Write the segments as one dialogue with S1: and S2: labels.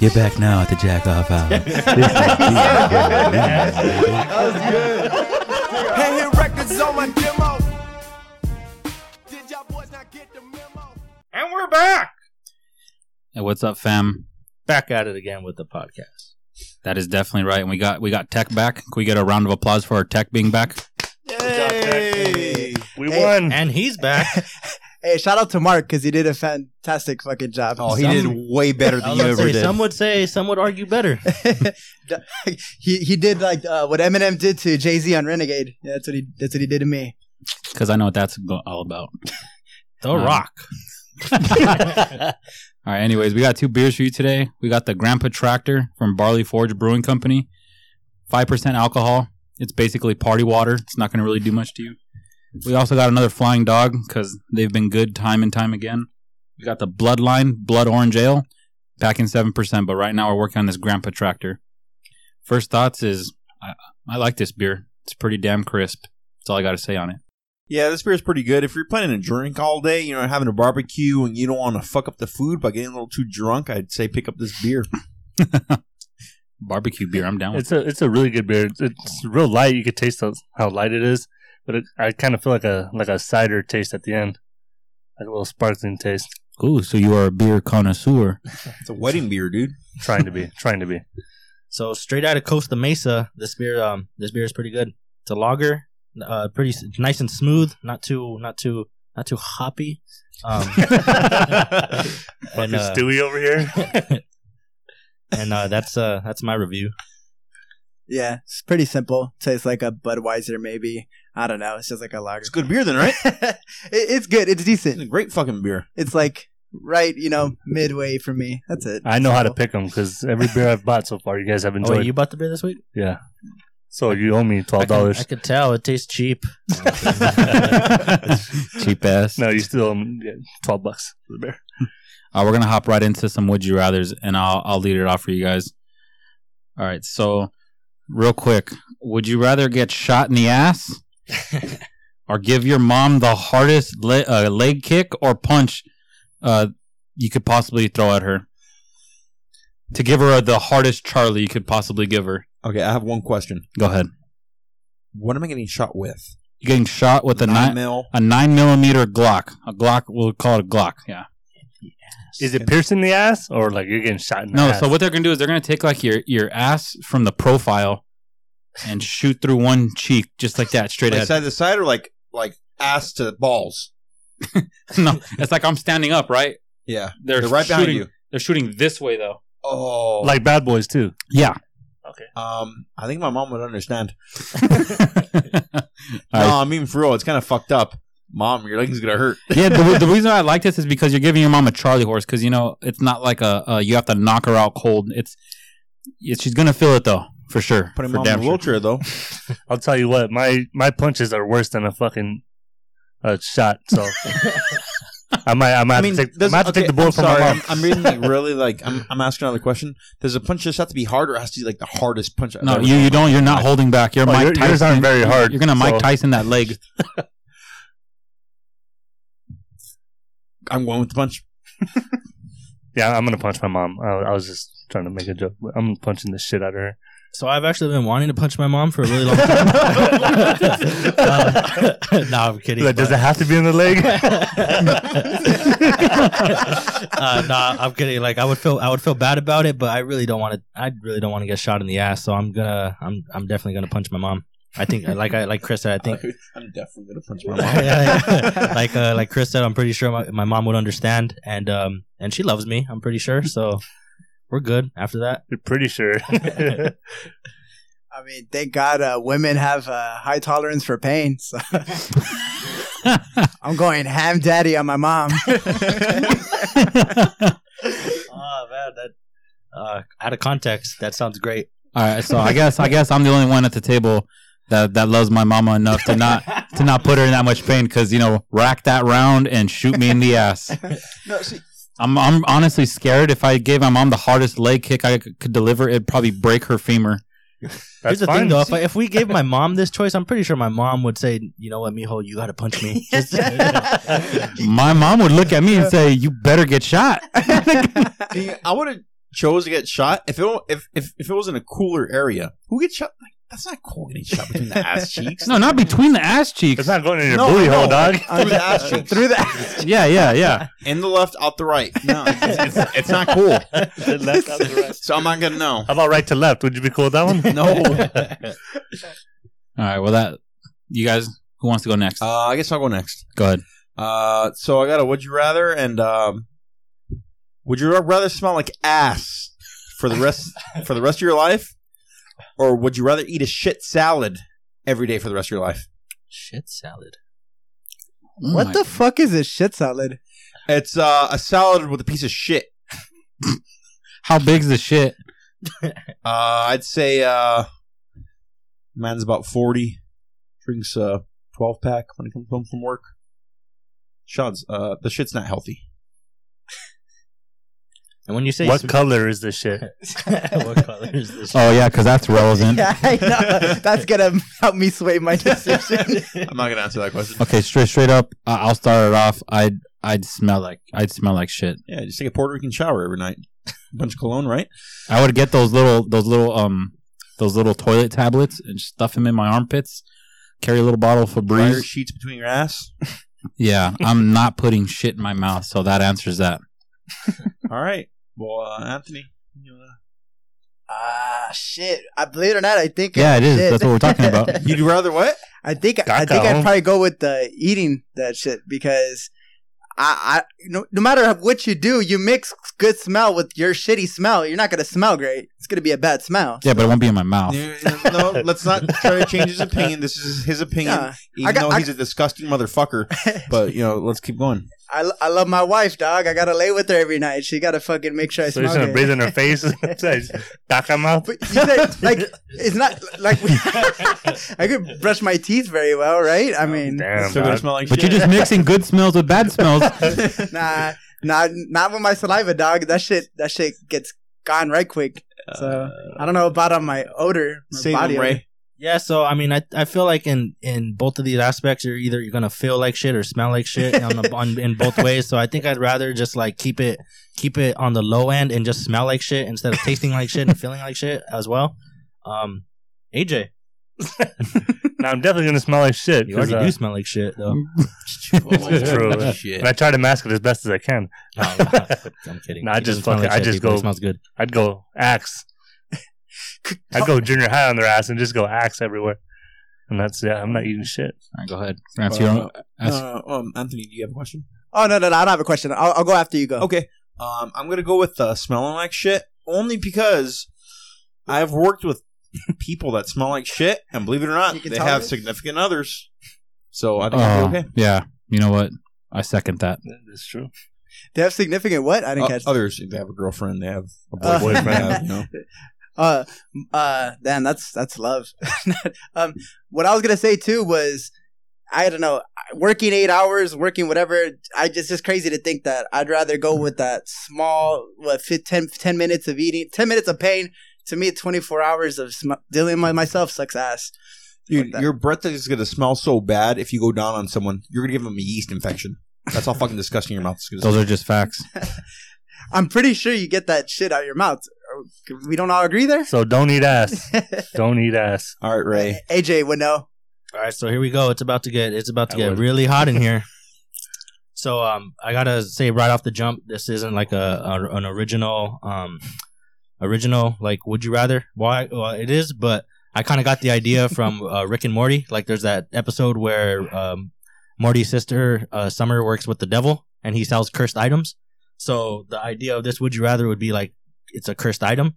S1: You're back now at the jack off hour.
S2: Hey, hit records on my demo. Did y'all boys not get the memo?
S3: And we're back.
S1: Hey, what's up, fam?
S3: Back at it again with the podcast.
S1: That is definitely right. And we got we got Tech back. Can we get a round of applause for our Tech being back?
S4: Hey.
S3: We
S4: Hey,
S3: won. And he's back.
S4: hey, shout out to Mark because he did a fantastic fucking job.
S5: Oh, he did way better
S3: I
S5: than
S3: was
S5: you
S3: gonna
S5: ever
S3: say,
S5: did.
S3: Some would say, some would argue better.
S4: did. he he did like uh, what Eminem did to Jay Z on Renegade. Yeah, that's what he that's what he did to me.
S1: Because I know what that's go- all about.
S3: The
S1: Um,
S3: Rock.
S1: All right. Anyways, we got two beers for you today. We got the Grandpa Tractor from Barley Forge Brewing Company. Five percent alcohol. It's basically party water. It's not going to really do much to you. We also got another Flying Dog because they've been good time and time again. We got the Bloodline Blood Orange Ale, back in seven percent, but right now we're working on this Grandpa Tractor. First thoughts is I, I like this beer. It's pretty damn crisp. That's all I got to say on it.
S5: Yeah, this beer is pretty good. If you're planning to drink all day, you know, having a barbecue, and you don't want to fuck up the food by getting a little too drunk, I'd say pick up this beer.
S1: Barbecue beer. I'm down with.
S6: It's a it's a really good beer. It's, it's real light. You could taste the, how light it is, but it, I kind of feel like a like a cider taste at the end, like a little sparkling taste.
S1: it. Ooh, so you are a beer connoisseur.
S5: It's a wedding beer, dude.
S6: Trying to be, trying to be.
S3: So straight out of Costa Mesa, this beer, um, this beer is pretty good. It's a lager, uh, pretty s- nice and smooth. Not too, not too, not too hoppy. Um,
S6: Fucking
S3: uh,
S6: Stewie over here.
S3: and uh, that's uh, that's my review.
S4: Yeah, it's pretty simple. Tastes like a Budweiser, maybe. I don't know. It's just like a lager.
S5: It's good beer, then, right?
S4: it, it's good. It's
S5: It's
S4: decent.
S5: a great fucking beer.
S4: It's like right, you know, midway for me. That's it.
S6: I know how to pick them because every beer I've bought so far, you guys have
S3: Oh,
S6: enjoyed.
S3: wait, you bought the beer this week?
S6: yeah. So you owe me
S3: I
S6: twelve
S3: can- I
S6: dollars.
S3: could tell it tastes cheap.
S1: Cheap ass.
S6: No, you still owe me yeah, twelve bucks for the beer.
S1: Uh, we're gonna hop right into some would you rather's, and I'll I'll lead it off for you guys. All right, so real quick, would you rather get shot in the ass, or give your mom the hardest le- uh, leg kick or punch uh, you could possibly throw at her? To give her the hardest Charlie you could possibly give her.
S5: Okay, I have one question.
S1: Go ahead.
S5: What am I getting shot with?
S1: You're getting shot with a nine,
S5: mil.
S1: a nine millimeter Glock. A Glock. We'll call it a Glock. Yeah.
S6: Is it piercing the ass or like you're getting shot in the
S1: No,
S6: ass?
S1: so what they're gonna do is they're gonna take like your your ass from the profile and shoot through one cheek just like that straight
S5: Like
S1: ahead.
S5: side to side or like like ass to balls?
S1: no, it's like I'm standing up, right?
S5: Yeah,
S1: They're,
S5: they're right
S1: shooting,
S5: behind you.
S1: They're shooting this way though.
S5: Oh, like
S6: Like Bad Boys too.
S1: Yeah.
S5: um, I think my mom would understand.
S1: All
S5: no,
S1: right.
S5: I mean for real, it's kind of fucked up. Mom, your leg's gonna hurt.
S1: yeah, the, the reason I like this is because you're giving your mom a Charlie horse because you know it's not like a, a you have to knock her out cold. It's, it's she's gonna feel it though for sure.
S5: Putting
S1: for
S5: mom in a
S1: sure.
S5: wheelchair though.
S6: I'll tell you what, my my punches are worse than a fucking uh, shot. So I might I might
S5: I
S6: have
S5: mean,
S6: to take, I
S5: does-
S6: might have to
S5: okay,
S6: take the bullet
S5: I'm
S6: from
S5: sorry,
S6: my
S5: I'm,
S6: mom.
S5: I'm reading like really like I'm, I'm asking another question. Does a punch just have to be hard, or has to be like the hardest punch? I've
S1: No,
S5: ever
S1: you, you
S5: done?
S1: don't. You're not holding back. You're
S6: Oh,
S1: Mike
S6: your-
S1: Tyson.
S6: yours aren't very hard,
S1: You're gonna Mike
S6: so-
S1: Tyson that leg.
S5: I'm going with the punch.
S6: Yeah, I'm gonna punch my mom. I, I was just trying to make a joke. but I'm punching the shit out of her.
S3: So I've actually been wanting to punch my mom for a really long time. Uh, no, I'm kidding.
S6: Like,
S3: but-
S6: does it have to be in the leg?
S3: uh, nah, I'm kidding. Like I would feel, I would feel bad about it, but I really don't want to. I really don't want to get shot in the ass. So I'm gonna, I'm, I'm definitely gonna punch my mom. I think, like I, like Chris said, I think,
S5: I'm definitely gonna punch my mom.
S3: like, uh, like Chris said, I'm pretty sure my, my mom would understand, and, um, and she loves me. I'm pretty sure. So we're good after that.
S6: You're pretty sure.
S4: I mean, thank God uh, women have a high tolerance for pain. So I'm going ham daddy on my mom.
S3: Oh man, that uh, out of context, that sounds great.
S1: All right, so I guess I guess I'm the only one at the table that that loves my mama enough to not to not put her in that much pain because you know rack that round and shoot me in the ass.
S5: no, see,
S1: I'm I'm honestly scared if I gave my mom the hardest leg kick I c- could deliver, it'd probably break her femur.
S6: That's
S3: Here's the
S6: fine.
S3: thing, though. If, I, if we gave my mom this choice, I'm pretty sure my mom would say, "You know what, Mijo, you got to punch me." Just-
S1: My mom would look at me and say, "You better get shot."
S5: see, I would have chose to get shot, if it wa- if if, if it was in a cooler area, who gets shot? Like, that's not cool. Getting shot between the ass cheeks.
S1: No, not between the ass cheeks.
S6: It's not going in your
S5: No,
S6: booty
S5: no.
S6: hole, dog.
S5: Through the ass cheeks.
S4: through the
S1: Yeah, yeah, yeah.
S5: In the left, out the right.
S4: no.
S5: It's, it's, it's not cool.
S6: left, out the right.
S5: So I'm not gonna know. Uh,
S6: How about right to left? Would you be cool with that one?
S5: No.
S1: All right. Well, that you guys. Who wants to go next?
S5: Uh, I guess I'll go next.
S1: go ahead.
S5: Uh, so I got a would you rather and um, would you rather smell like ass for the rest for the rest of your life, or would you rather eat a shit salad every day for the rest of your life?
S3: Shit salad.
S1: Oh
S4: What
S1: my-
S4: the fuck is this shit salad?
S5: It's uh, a salad with a piece of shit.
S1: How big's the shit?
S5: Uh, I'd say uh, man's about forty, drinks a twelve pack when he comes home from work. Sean's uh, the shit's not healthy.
S3: And when you say
S6: What color is this shit?
S3: what color is this?
S1: Oh yeah, because that's relevant.
S4: Yeah, I know. That's gonna help me sway my decision.
S5: I'm not gonna answer that question.
S1: Okay, straight straight up. I I'll start it off. I'd I'd smell like I'd smell like shit.
S5: Yeah, just take a Puerto Rican shower every night. Bunch of cologne, right?
S1: I would get those little those little um those little toilet tablets and stuff them in my armpits. Carry a little bottle for
S5: Dryer
S1: breeze.
S5: sheets between your ass.
S1: Yeah, I'm not putting shit in my mouth, so that answers that.
S5: All right. Well, uh, Anthony. you uh, wanna-
S4: Ah, shit. I believe it or not, I think.
S1: Yeah, it is.
S4: Shit.
S1: That's what we're talking about.
S5: You'd rather what?
S4: I think I think
S6: Cacao.
S4: I'd probably go with the eating that shit because I, I no, no matter what you do, you mix good smell with your shitty smell. You're not gonna smell great. It's gonna be a bad smell.
S1: Yeah, but it won't be in my mouth.
S5: You- no, let's not try to change his opinion. This is his opinion,
S4: Yeah. I
S5: even
S4: got-
S5: though
S4: I-
S5: he's a disgusting motherfucker. But you know, let's keep going.
S4: I, lo- I love my wife, dog. I gotta lay with her every night. She gotta fucking make sure I
S6: So you're
S4: smell good.
S6: just gonna breathe in her face? Back her mouth?
S4: But you said, like it's not like I could brush my teeth very well, right? I mean,
S6: Damn,
S5: Still gonna
S6: dog.
S5: smell like
S1: But
S5: shit.
S1: you're just mixing good smells with bad smells.
S4: nah, nah, not with my saliva, dog. That shit, that shit gets gone right quick. So I don't know about on my odor, my
S5: Save
S4: body
S5: him,
S4: odor.
S5: Ray.
S3: Yeah, so I mean, I, I feel like in, in both of these aspects, you're either you're gonna feel like shit or smell like shit on the, on, in both ways. So I think I'd rather just like keep it keep it on the low end and just smell like shit instead of tasting like shit and feeling like shit as well. Um, AJ,
S6: Now I'm definitely gonna smell like shit.
S3: you
S6: 'cause,
S3: already
S6: uh,
S3: do smell like shit though.
S6: True.
S5: Shit.
S6: And I try to mask it as best as I can.
S3: No, no, I'm kidding.
S6: Nah, I
S3: It doesn't
S6: just
S3: smell
S6: fucking- I
S3: shit,
S6: just
S3: people.
S6: go-
S3: It smells good.
S6: I'd go axe. I'd go junior high on their ass and just go axe everywhere. And that's yeah, I'm not eating shit.
S1: All right, go ahead. That's your that's-
S5: Uh, um, Anthony, do you have a question?
S4: Oh no, no, no! I don't have a question. I'll, I'll go after you go.
S5: Okay. Um, I'm gonna go with uh, smelling like shit only because I've worked with people that smell like shit, and believe it or
S4: You
S5: not,
S4: can
S5: they
S4: tell
S5: have
S4: it?
S5: significant others. So I think I'll
S1: uh,
S5: be okay.
S1: yeah. You know what? I second that.
S6: That's true.
S4: They have significant what? I didn't
S5: Uh,
S4: catch.
S5: others, they have a girlfriend, they have a
S4: Uh,
S5: boyfriend. they have, you know.
S4: Uh, uh, damn, that's that's love. um, what I was gonna say too was, I don't know, working eight hours, working whatever. I just it's crazy to think that I'd rather go with that small what fit 10, 10 minutes of eating, ten minutes of pain. To me, twenty four hours of sm- dealing with myself sucks ass.
S5: Dude,
S4: that.
S5: your breath is going to smell so bad if you go down on someone. You're going to give them a yeast infection. That's how fucking disgusting your mouth is. Gonna
S1: Those are just facts. Uh,
S4: I'm pretty sure you get that shit out of your mouth. We don't all agree there.
S6: So don't eat ass. don't eat ass.
S5: All right, Ray.
S4: AJ would know.
S3: All right, so here we go. It's about to get it's about to
S6: I
S3: get
S6: would.
S3: really hot in here. so um, I gotta say right off the jump, this isn't like a, a an original um, original like would you rather? Why? Well, it is, but I kind of got the idea from uh, Rick and Morty. Like, there's that episode where um, Morty's sister uh, Summer works with the devil, and he sells cursed items. So the idea of this would you rather would be like it's a cursed item.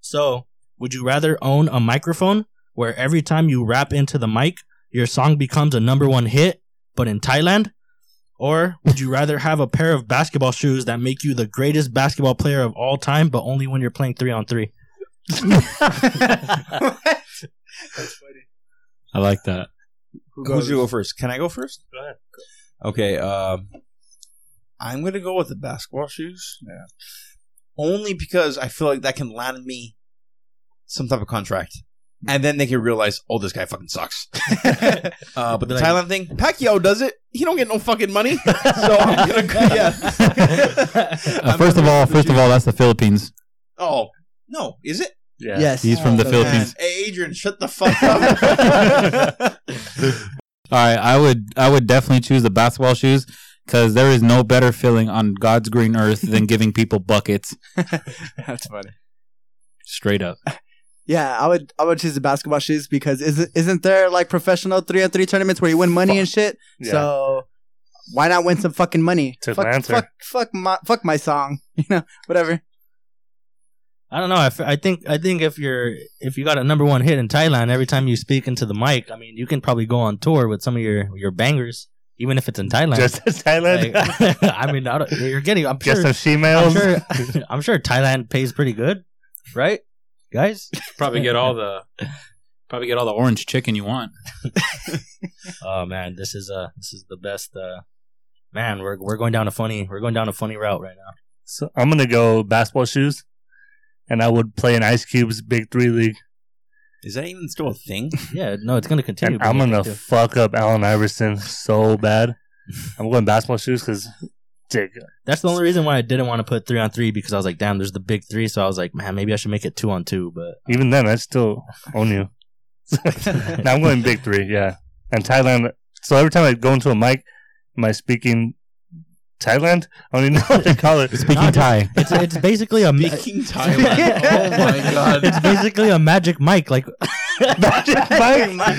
S3: So would you rather own a microphone where every time you rap into the mic your song becomes a number one hit, but in Thailand? Or would you rather have a pair of basketball shoes that make you the greatest basketball player of all time, but only when you're playing three on three?
S1: I like that.
S5: Who's going to go first? Can I go first?
S6: Go ahead.
S5: Okay. Um, I'm going to go with the basketball shoes. Yeah. Only because I feel like that can land me some type of contract. And then they can realize, oh, this guy fucking sucks. uh, but the
S3: Like-
S5: Thailand thing, Pacquiao does it. He don't get no fucking money. So I'm gonna, yeah.
S1: Uh, first of all, first of all, that's the Philippines.
S5: Oh no, is it?
S6: Yeah.
S4: Yes.
S1: He's from the Philippines.
S5: Man. Hey, Adrian, shut the fuck up.
S1: All right, I would I would definitely choose the basketball shoes because there is no better feeling on God's green earth than giving people buckets
S4: That's funny.
S1: straight up.
S4: Yeah, I would I would choose the basketball shoes because isn't isn't there like professional three on three tournaments where you win money and shit?
S6: Yeah.
S4: So why not win some fucking money?
S6: Took my
S4: fuck,
S6: answer.
S4: fuck fuck my fuck my song. You know, whatever.
S3: I don't know. I, f- I think I think if you're if you got a number one hit in Thailand, every time you speak into the mic, I mean, you can probably go on tour with some of your your bangers, even if it's in Thailand.
S6: Just as Thailand.
S3: Like, I mean, I don't, you're getting. I'm
S6: Just
S3: sure.
S6: as females.
S3: I'm sure, I'm sure Thailand pays pretty good, right, guys?
S1: Probably get all the probably get all the orange chicken you want.
S3: Oh man, this is uh this is the best. uh Man, we're we're going down a funny we're going down a funny route right now.
S6: So I'm gonna go basketball shoes, and I would play in Ice Cube's Big Three League,
S5: is that even still a thing?
S3: Yeah, no, it's gonna continue.
S6: and I'm
S3: being
S6: gonna
S3: addictive.
S6: fuck up Allen Iverson so bad. I'm going basketball shoes because, dick,
S3: That's the only reason why I didn't want to put three on three because I was like, damn, there's the big three. So I was like, man, maybe I should make it two on two. But
S6: even then I still own you. now I'm going Big Three, yeah, and Thailand. So every time I go into a mic, am I speaking Thailand? I don't even know what they call it.
S1: Speaking Thai,
S3: it's it's basically a ma-
S5: Speaking Thailand. Oh my
S3: it's
S5: god.
S3: basically a magic mic, like
S6: Magic Mike.
S3: a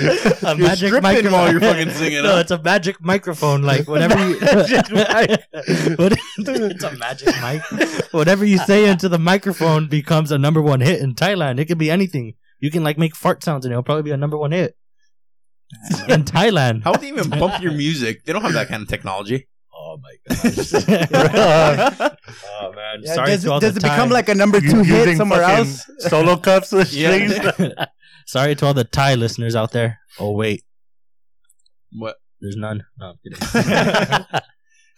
S5: You're
S3: magic
S5: stripping
S3: microphone.
S5: while you're fucking singing,
S3: no,
S5: huh?
S3: it's a magic microphone. Like whatever you,
S6: Magic
S3: what, it's a magic mic. Whatever you say into the microphone becomes a number one hit in Thailand. It could be anything. You can like make fart sounds and it'll probably be a number one hit in Thailand.
S5: How would they even bump your music? They don't have that kind of technology.
S3: Oh my gosh! oh man,
S4: Yeah,
S3: sorry
S4: does
S3: to all
S4: it, does
S3: the
S4: it become
S3: Thai-
S4: like a number
S6: You-
S4: two hit
S6: using
S4: somewhere
S6: fucking
S4: else?
S6: Solo cups and things.
S3: sorry to all the Thai listeners out there. Oh wait,
S5: What?
S3: there's none. No, I'm kidding.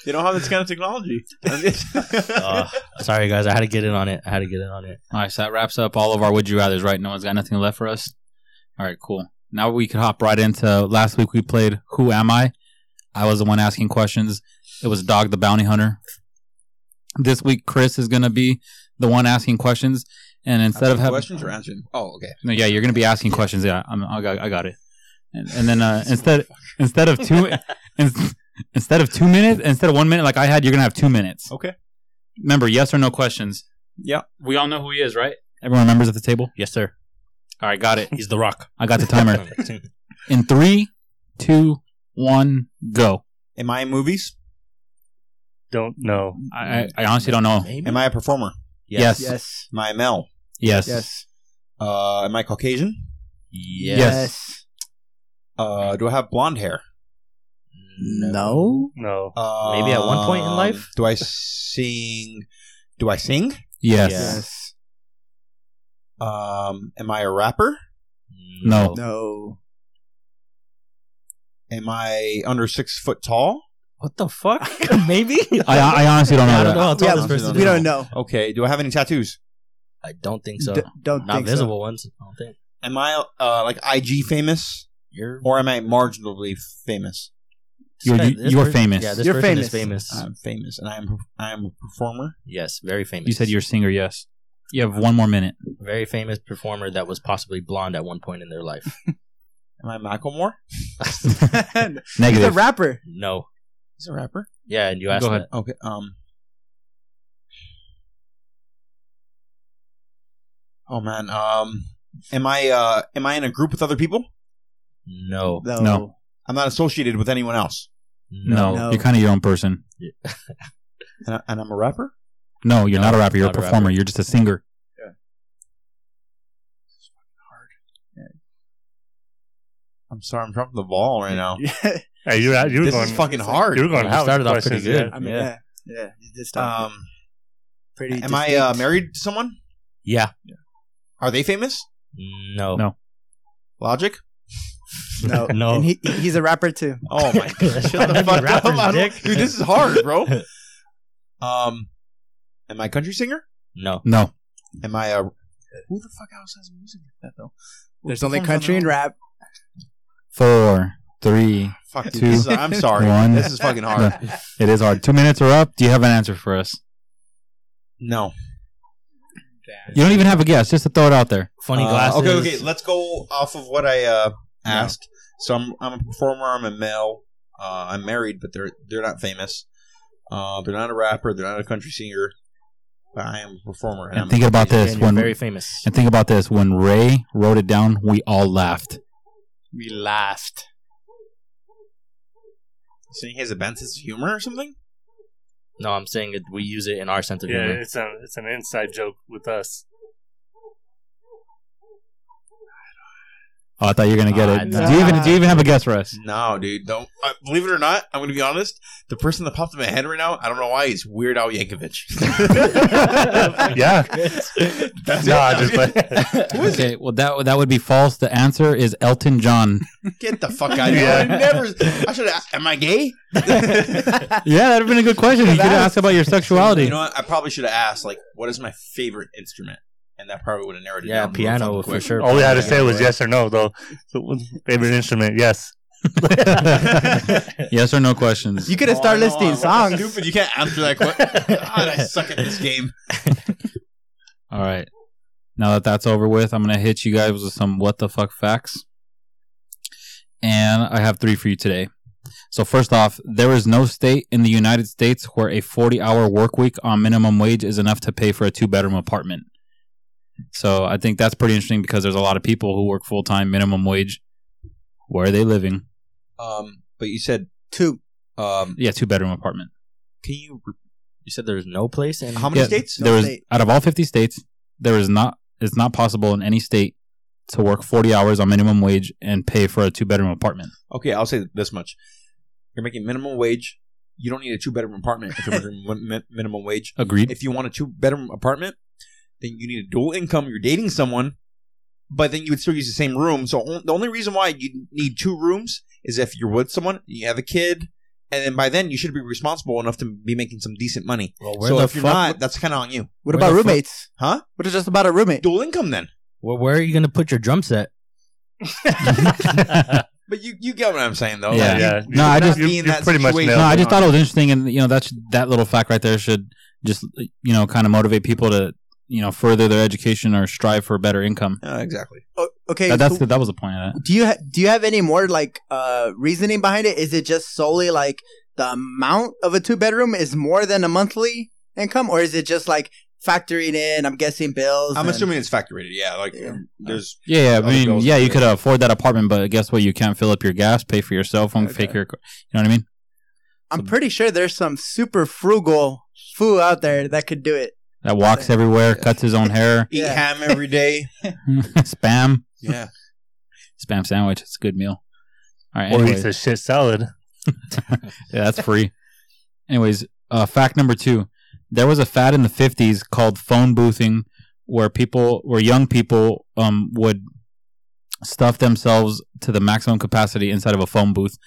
S5: They don't have this kind of technology.
S3: Uh, sorry guys, I had to get in on it. I had to get in on it.
S1: All right, so that wraps up all of our would you rather's, right? No one's got nothing left for us. All right, cool. Now we can hop right into last week we played Who Am I? I was the one asking questions. It was Dog the Bounty Hunter. This week Chris is going to be the one asking questions and instead of having
S5: questions or answering? Oh, okay.
S1: No, yeah, you're going to be asking questions. Yeah, I'm, I got I got it. And, and then uh, instead instead of 2 in, instead of 2 minutes, instead of 1 minute like I had, you're going to have 2 minutes.
S5: Okay.
S1: Remember, yes or no questions.
S5: Yeah.
S1: We all know who he is, right? Everyone remembers at the table?
S3: Yes, sir.
S1: All right, got it.
S3: He's the Rock.
S1: I got the timer. In three, two, one, go.
S5: Am I in movies?
S6: Don't know.
S1: I, I, I honestly don't know.
S3: Maybe.
S5: Am I a performer?
S1: Yes. Yes.
S4: Yes.
S5: Am I a male?
S1: Yes.
S4: Yes.
S5: Uh, am I Caucasian?
S3: Yes.
S1: Yes.
S5: Uh, do I have blonde hair?
S4: No.
S6: No.
S5: Uh,
S3: Maybe at one point in life?
S5: Do I sing? Do I sing?
S1: Yes.
S4: Yes.
S5: Um, am I a rapper?
S1: No.
S4: No.
S5: Am I under six foot tall?
S3: What the fuck? Maybe.
S1: I, I honestly don't know.
S3: I
S1: that.
S3: don't know how tall
S4: Yeah,
S3: this person
S4: we
S3: is.
S4: don't know.
S5: Okay. Do I have any tattoos?
S3: I don't think so.
S4: D- don't
S3: Not
S4: think
S3: visible ones. I don't think.
S5: Am I uh, like IG famous,
S3: You're.
S5: or am I marginally famous?
S1: You're-
S3: This
S1: you-
S3: guy- this
S1: you're
S3: person-
S1: famous. Uh,
S3: Yeah, this
S4: You're
S3: person is
S4: famous.
S3: famous.
S5: I'm famous, and I am I am a performer.
S3: yes, very famous.
S1: You said you're a singer. Yes. You have one more minute.
S3: a very famous performer that was possibly blonde at one point in their life.
S5: Am I Macklemore?
S4: So. He's a
S1: Negative.
S4: rapper.
S3: no.
S5: He's a rapper.
S3: Yeah, and you asked
S1: Go ahead.
S3: that.
S5: Okay. Um. Oh man. Um. Am I uh am I in a group with other people?
S3: No.
S4: No.
S1: No.
S5: I'm not associated with anyone else,
S1: No,
S4: No.
S1: You're kind of your own person.
S5: and, I, and I'm a rapper.
S1: No, you're
S3: No,
S1: not a rapper. You're a
S3: not a
S1: performer.
S3: rapper.
S1: You're just a singer.
S5: I'm sorry, I'm dropping the ball right now.
S6: Hey, you're out. You're
S5: this
S6: going.
S5: is fucking hard.
S6: You're going.
S3: You
S6: house
S3: started off pretty
S6: questions,
S3: good.
S6: yeah.
S4: I mean, yeah.
S3: Yeah.
S4: Yeah. You just don't-
S5: Um,
S4: pretty.
S5: am I
S4: distinct.
S5: uh, married to someone?
S3: Yeah.
S5: Are they famous?
S3: No.
S1: No.
S5: Logic.
S4: No.
S3: No.
S4: And he, he's a rapper too.
S5: Oh my god! Shut the fuck up,
S3: Rapper's
S5: I don't-
S3: dick.
S5: dude. This is hard, bro. Um, am I a country singer?
S3: No.
S1: No.
S5: Am I a who the fuck else has music like that though?
S4: There's only country and rap.
S1: Four, three.
S5: Fuck, dude,
S1: Two,
S5: this is, I'm sorry.
S1: one.
S5: This is fucking hard.
S1: It is hard. Two minutes are up. Do you have an answer for us?
S5: No. that.
S1: You don't even have a guess. Just to throw it out there.
S3: Funny
S5: Uh,
S3: glasses.
S5: Okay, okay. Let's go off of what I uh, asked. So I'm, I'm a performer. I'm a male. Uh, I'm married, but they're they're not famous. Uh, they're not a rapper. They're not a country singer. But I am a performer.
S1: And
S5: I'm,
S1: think about
S3: And
S1: this.
S3: you're
S1: When
S3: very famous.
S1: and think about this. When Ray wrote it down, we all laughed.
S4: We laughed.
S5: saying he has a bad sense of humor or something.
S3: No, I'm saying it, we use it in our sense of
S6: Yeah,
S3: humor.
S6: it's a it's an inside joke with us.
S1: Oh, I thought you were gonna get
S3: Ah,
S1: it.
S3: nah.
S1: Do you even do you even have a guess for us?
S5: No, dude, don't. Uh, believe it or not, I'm going to be honest. The person that popped in my head right now, I don't know why, is Weird Al Yankovic.
S6: yeah.
S5: That's
S6: No, I
S5: it.
S6: just play.
S1: okay, well that that would be false. The answer is Elton John.
S5: Get the fuck out of here!
S6: Yeah.
S5: I never. I should. Am I gay?
S1: yeah, that'd have been a good question. You could have asked about your sexuality.
S5: You know what? I probably should have asked, like, what is my favorite instrument? And that probably would have narrowed it
S3: Yeah,
S5: down. real
S3: piano
S5: fucking
S3: for
S5: quick.
S3: sure.
S6: All we had to say was yes or no, though. So, Favorite instrument, yes.
S1: yes or no questions.
S4: You could have
S5: Oh,
S4: started
S5: I know,
S4: listing
S5: I'm
S4: songs.
S5: Stupid. You can't answer that question. God, I suck at this game.
S1: All right. Now that that's over with, I'm going to hit you guys with some what the fuck facts. And I have three for you today. So, first off, there is no state in the United States where a 40 hour work week on minimum wage is enough to pay for a two bedroom apartment. So, I think that's pretty interesting because there's a lot of people who work full time minimum wage. Where are they living?
S5: Um, but you said,
S4: Two.
S5: um,
S1: Yeah, two bedroom apartment.
S5: can you?
S3: You said there's no place in
S5: How many
S1: Yeah,
S5: states?
S1: There is,
S4: state.
S1: out of all 50 states, there is not, it's not possible in any state to work 40 hours on minimum wage and pay for a two bedroom apartment.
S5: Okay, I'll say this much: you're making minimum wage. You don't need a two bedroom apartment if you're making min- min- minimum wage.
S1: Agreed.
S5: If you want a two bedroom apartment, then you need a dual income. You're dating someone, but then you would still use the same room. So on- the only reason why you need two rooms is if you're with someone, you have a kid, and then by then you should be responsible enough to be making some decent money.
S3: Well, where
S5: So
S3: the
S5: if you're
S3: fuck-
S5: not, that's kind of on you.
S4: What
S3: Where
S4: about
S3: the fuck-
S4: roommates?
S5: Huh?
S4: What is just about a roommate?
S5: Dual income then.
S3: Well, where are you gonna put your drum set?
S5: But you you get what I'm saying though.
S1: Yeah.
S5: Like,
S6: yeah.
S5: you
S1: No, I
S5: should not
S1: just-
S5: be
S6: you-
S5: in
S6: you
S5: that
S6: pretty much
S5: situation.
S1: no,
S6: nailed
S1: I
S6: it.
S1: just thought it was interesting, and you know that sh- that little fact right there should just you know kind of motivate people to you know further their education or strive for better income.
S5: Uh, exactly.
S4: Oh, okay.
S1: That, that's
S4: so
S1: the, that was the point of that.
S4: do you ha- do you have any more like uh reasoning behind it? Is it just solely like the amount of a two bedroom is more than a monthly income, or is it just like factoring in? I'm guessing bills.
S5: I'm
S4: and-
S5: assuming it's factor rated. Yeah, like
S4: Yeah.
S5: um, there's
S1: Yeah, yeah.
S5: Other
S1: I mean,
S5: bills
S1: yeah,
S5: and
S1: you
S5: shit.
S1: could afford that apartment, but guess what? You can't fill up your gas, pay for your cell phone,
S5: Okay.
S1: fake your, you know what I mean?
S4: I'm pretty sure there's some super frugal fool out there that could do it.
S1: That walks everywhere, cuts his own hair,
S5: eat
S4: Yeah.
S5: ham every day.
S1: spam,
S5: yeah.
S1: spam sandwich. It's a good meal. All right,
S6: or
S1: anyways.
S6: eats a shit salad.
S1: Yeah, that's free. Anyways, uh, fact number two: there was a fad in the '50s called phone boothing, where people, where young people, um, would stuff themselves to the maximum capacity inside of a phone booth.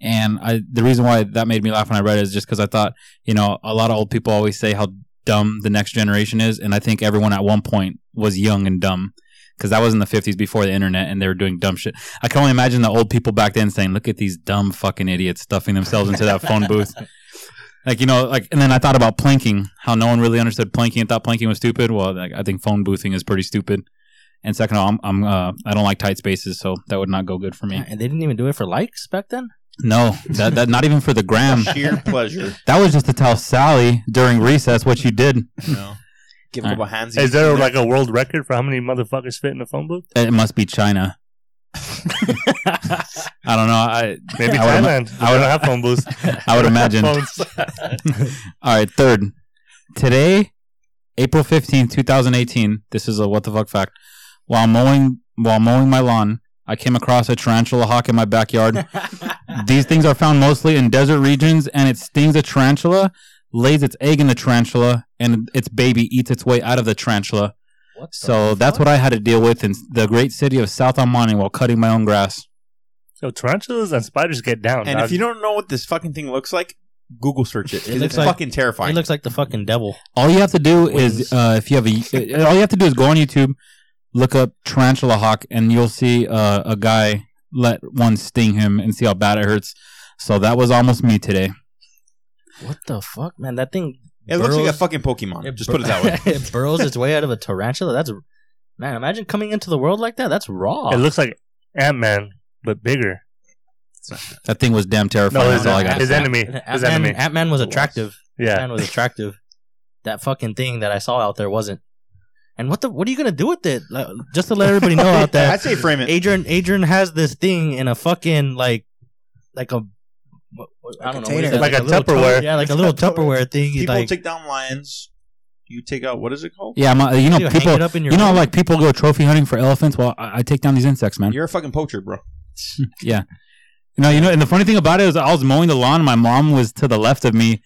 S1: And I, the reason why that made me laugh when I read it is just because I thought, you know, a lot of old people always say how dumb the next generation is, and I think everyone at one point was young and dumb. Because that was in the 50s before the internet and they were doing dumb shit. I can only imagine the old people back then saying, look at these dumb fucking idiots stuffing themselves into that phone booth. Like, you know, like, and then I thought about planking, how no one really understood planking and thought planking was stupid. Well, like, I think phone boothing is pretty stupid. And second of all, I'm, I'm uh, I don't like tight spaces, so that would not go good for me.
S3: And they didn't even do it for likes back then.
S1: No, that, that not even for the gram.
S5: Sheer pleasure.
S1: That was just to tell Sally during recess what you did.
S5: You know. Give a couple hands.
S6: Is there like a world record for how many motherfuckers fit in a phone booth?
S1: It must be China. I don't know. I
S6: Maybe
S1: I would,
S6: Thailand. I don't have phone booths.
S1: ima- I would imagine. All
S6: Phones.
S1: right, third. Today, April 15th, 2018, this is a what the fuck fact. While mowing while mowing my lawn, I came across a tarantula hawk in my backyard. These things are found mostly in desert regions and it stings a tarantula, lays its egg in the tarantula, and its baby eats its way out of the tarantula.
S3: What
S1: So that's what I had to deal with in the great city of South Almani while cutting my own grass.
S6: so tarantulas and spiders get down.
S5: And
S6: dog.
S5: if you don't know what this fucking thing looks like, Google search it.
S3: It
S5: 'cause
S3: looks
S5: it's
S3: like-
S5: fucking
S3: He
S5: terrifying.
S3: looks like the fucking devil.
S1: All you have to do
S3: Wings.
S1: is uh, if you have a, all you have to do is go on YouTube, look up tarantula hawk, and you'll see uh, a guy let one sting him and see how bad it hurts. So that was almost me today.
S3: What the fuck, man? That thing
S5: It looks like a
S3: burrows-
S5: fucking Pokemon.
S3: it
S5: Just
S3: bur-
S5: put it that way.
S3: it burrows its way out of a tarantula. That's man. Imagine coming into the world like that. That's raw.
S6: It looks like Ant Man, but bigger.
S1: That thing was damn terrifying.
S6: No,
S1: That's
S6: his,
S1: all I got.
S6: his enemy. His
S3: Ant Man.
S6: enemy.
S3: Ant Man was attractive. Ant
S6: Yeah.
S3: Man was attractive. That fucking thing that I saw out there wasn't. And what the? What are you gonna do with it? Like, Just to let everybody know out there,
S5: I'd say frame it.
S3: Adrian Adrian has this thing in a fucking like like a what- what- I don't know what is
S4: Container.
S3: that?
S6: Like a
S3: little
S6: Tupperware.
S3: Tupper- yeah, like a little Tupperware thing. You
S5: People
S3: like
S5: take down lions. You take out what is it called?
S1: Yeah, my, you know
S3: you hang
S1: people.
S3: it up in your
S1: You know,
S3: room.
S1: like people go trophy hunting for elephants. Well, I, I take down these insects, man.
S5: You're a fucking poacher,
S3: Uh,
S5: bro.
S1: No, you know, and the funny thing about it is, I was mowing the lawn, and my mom was to the left of me,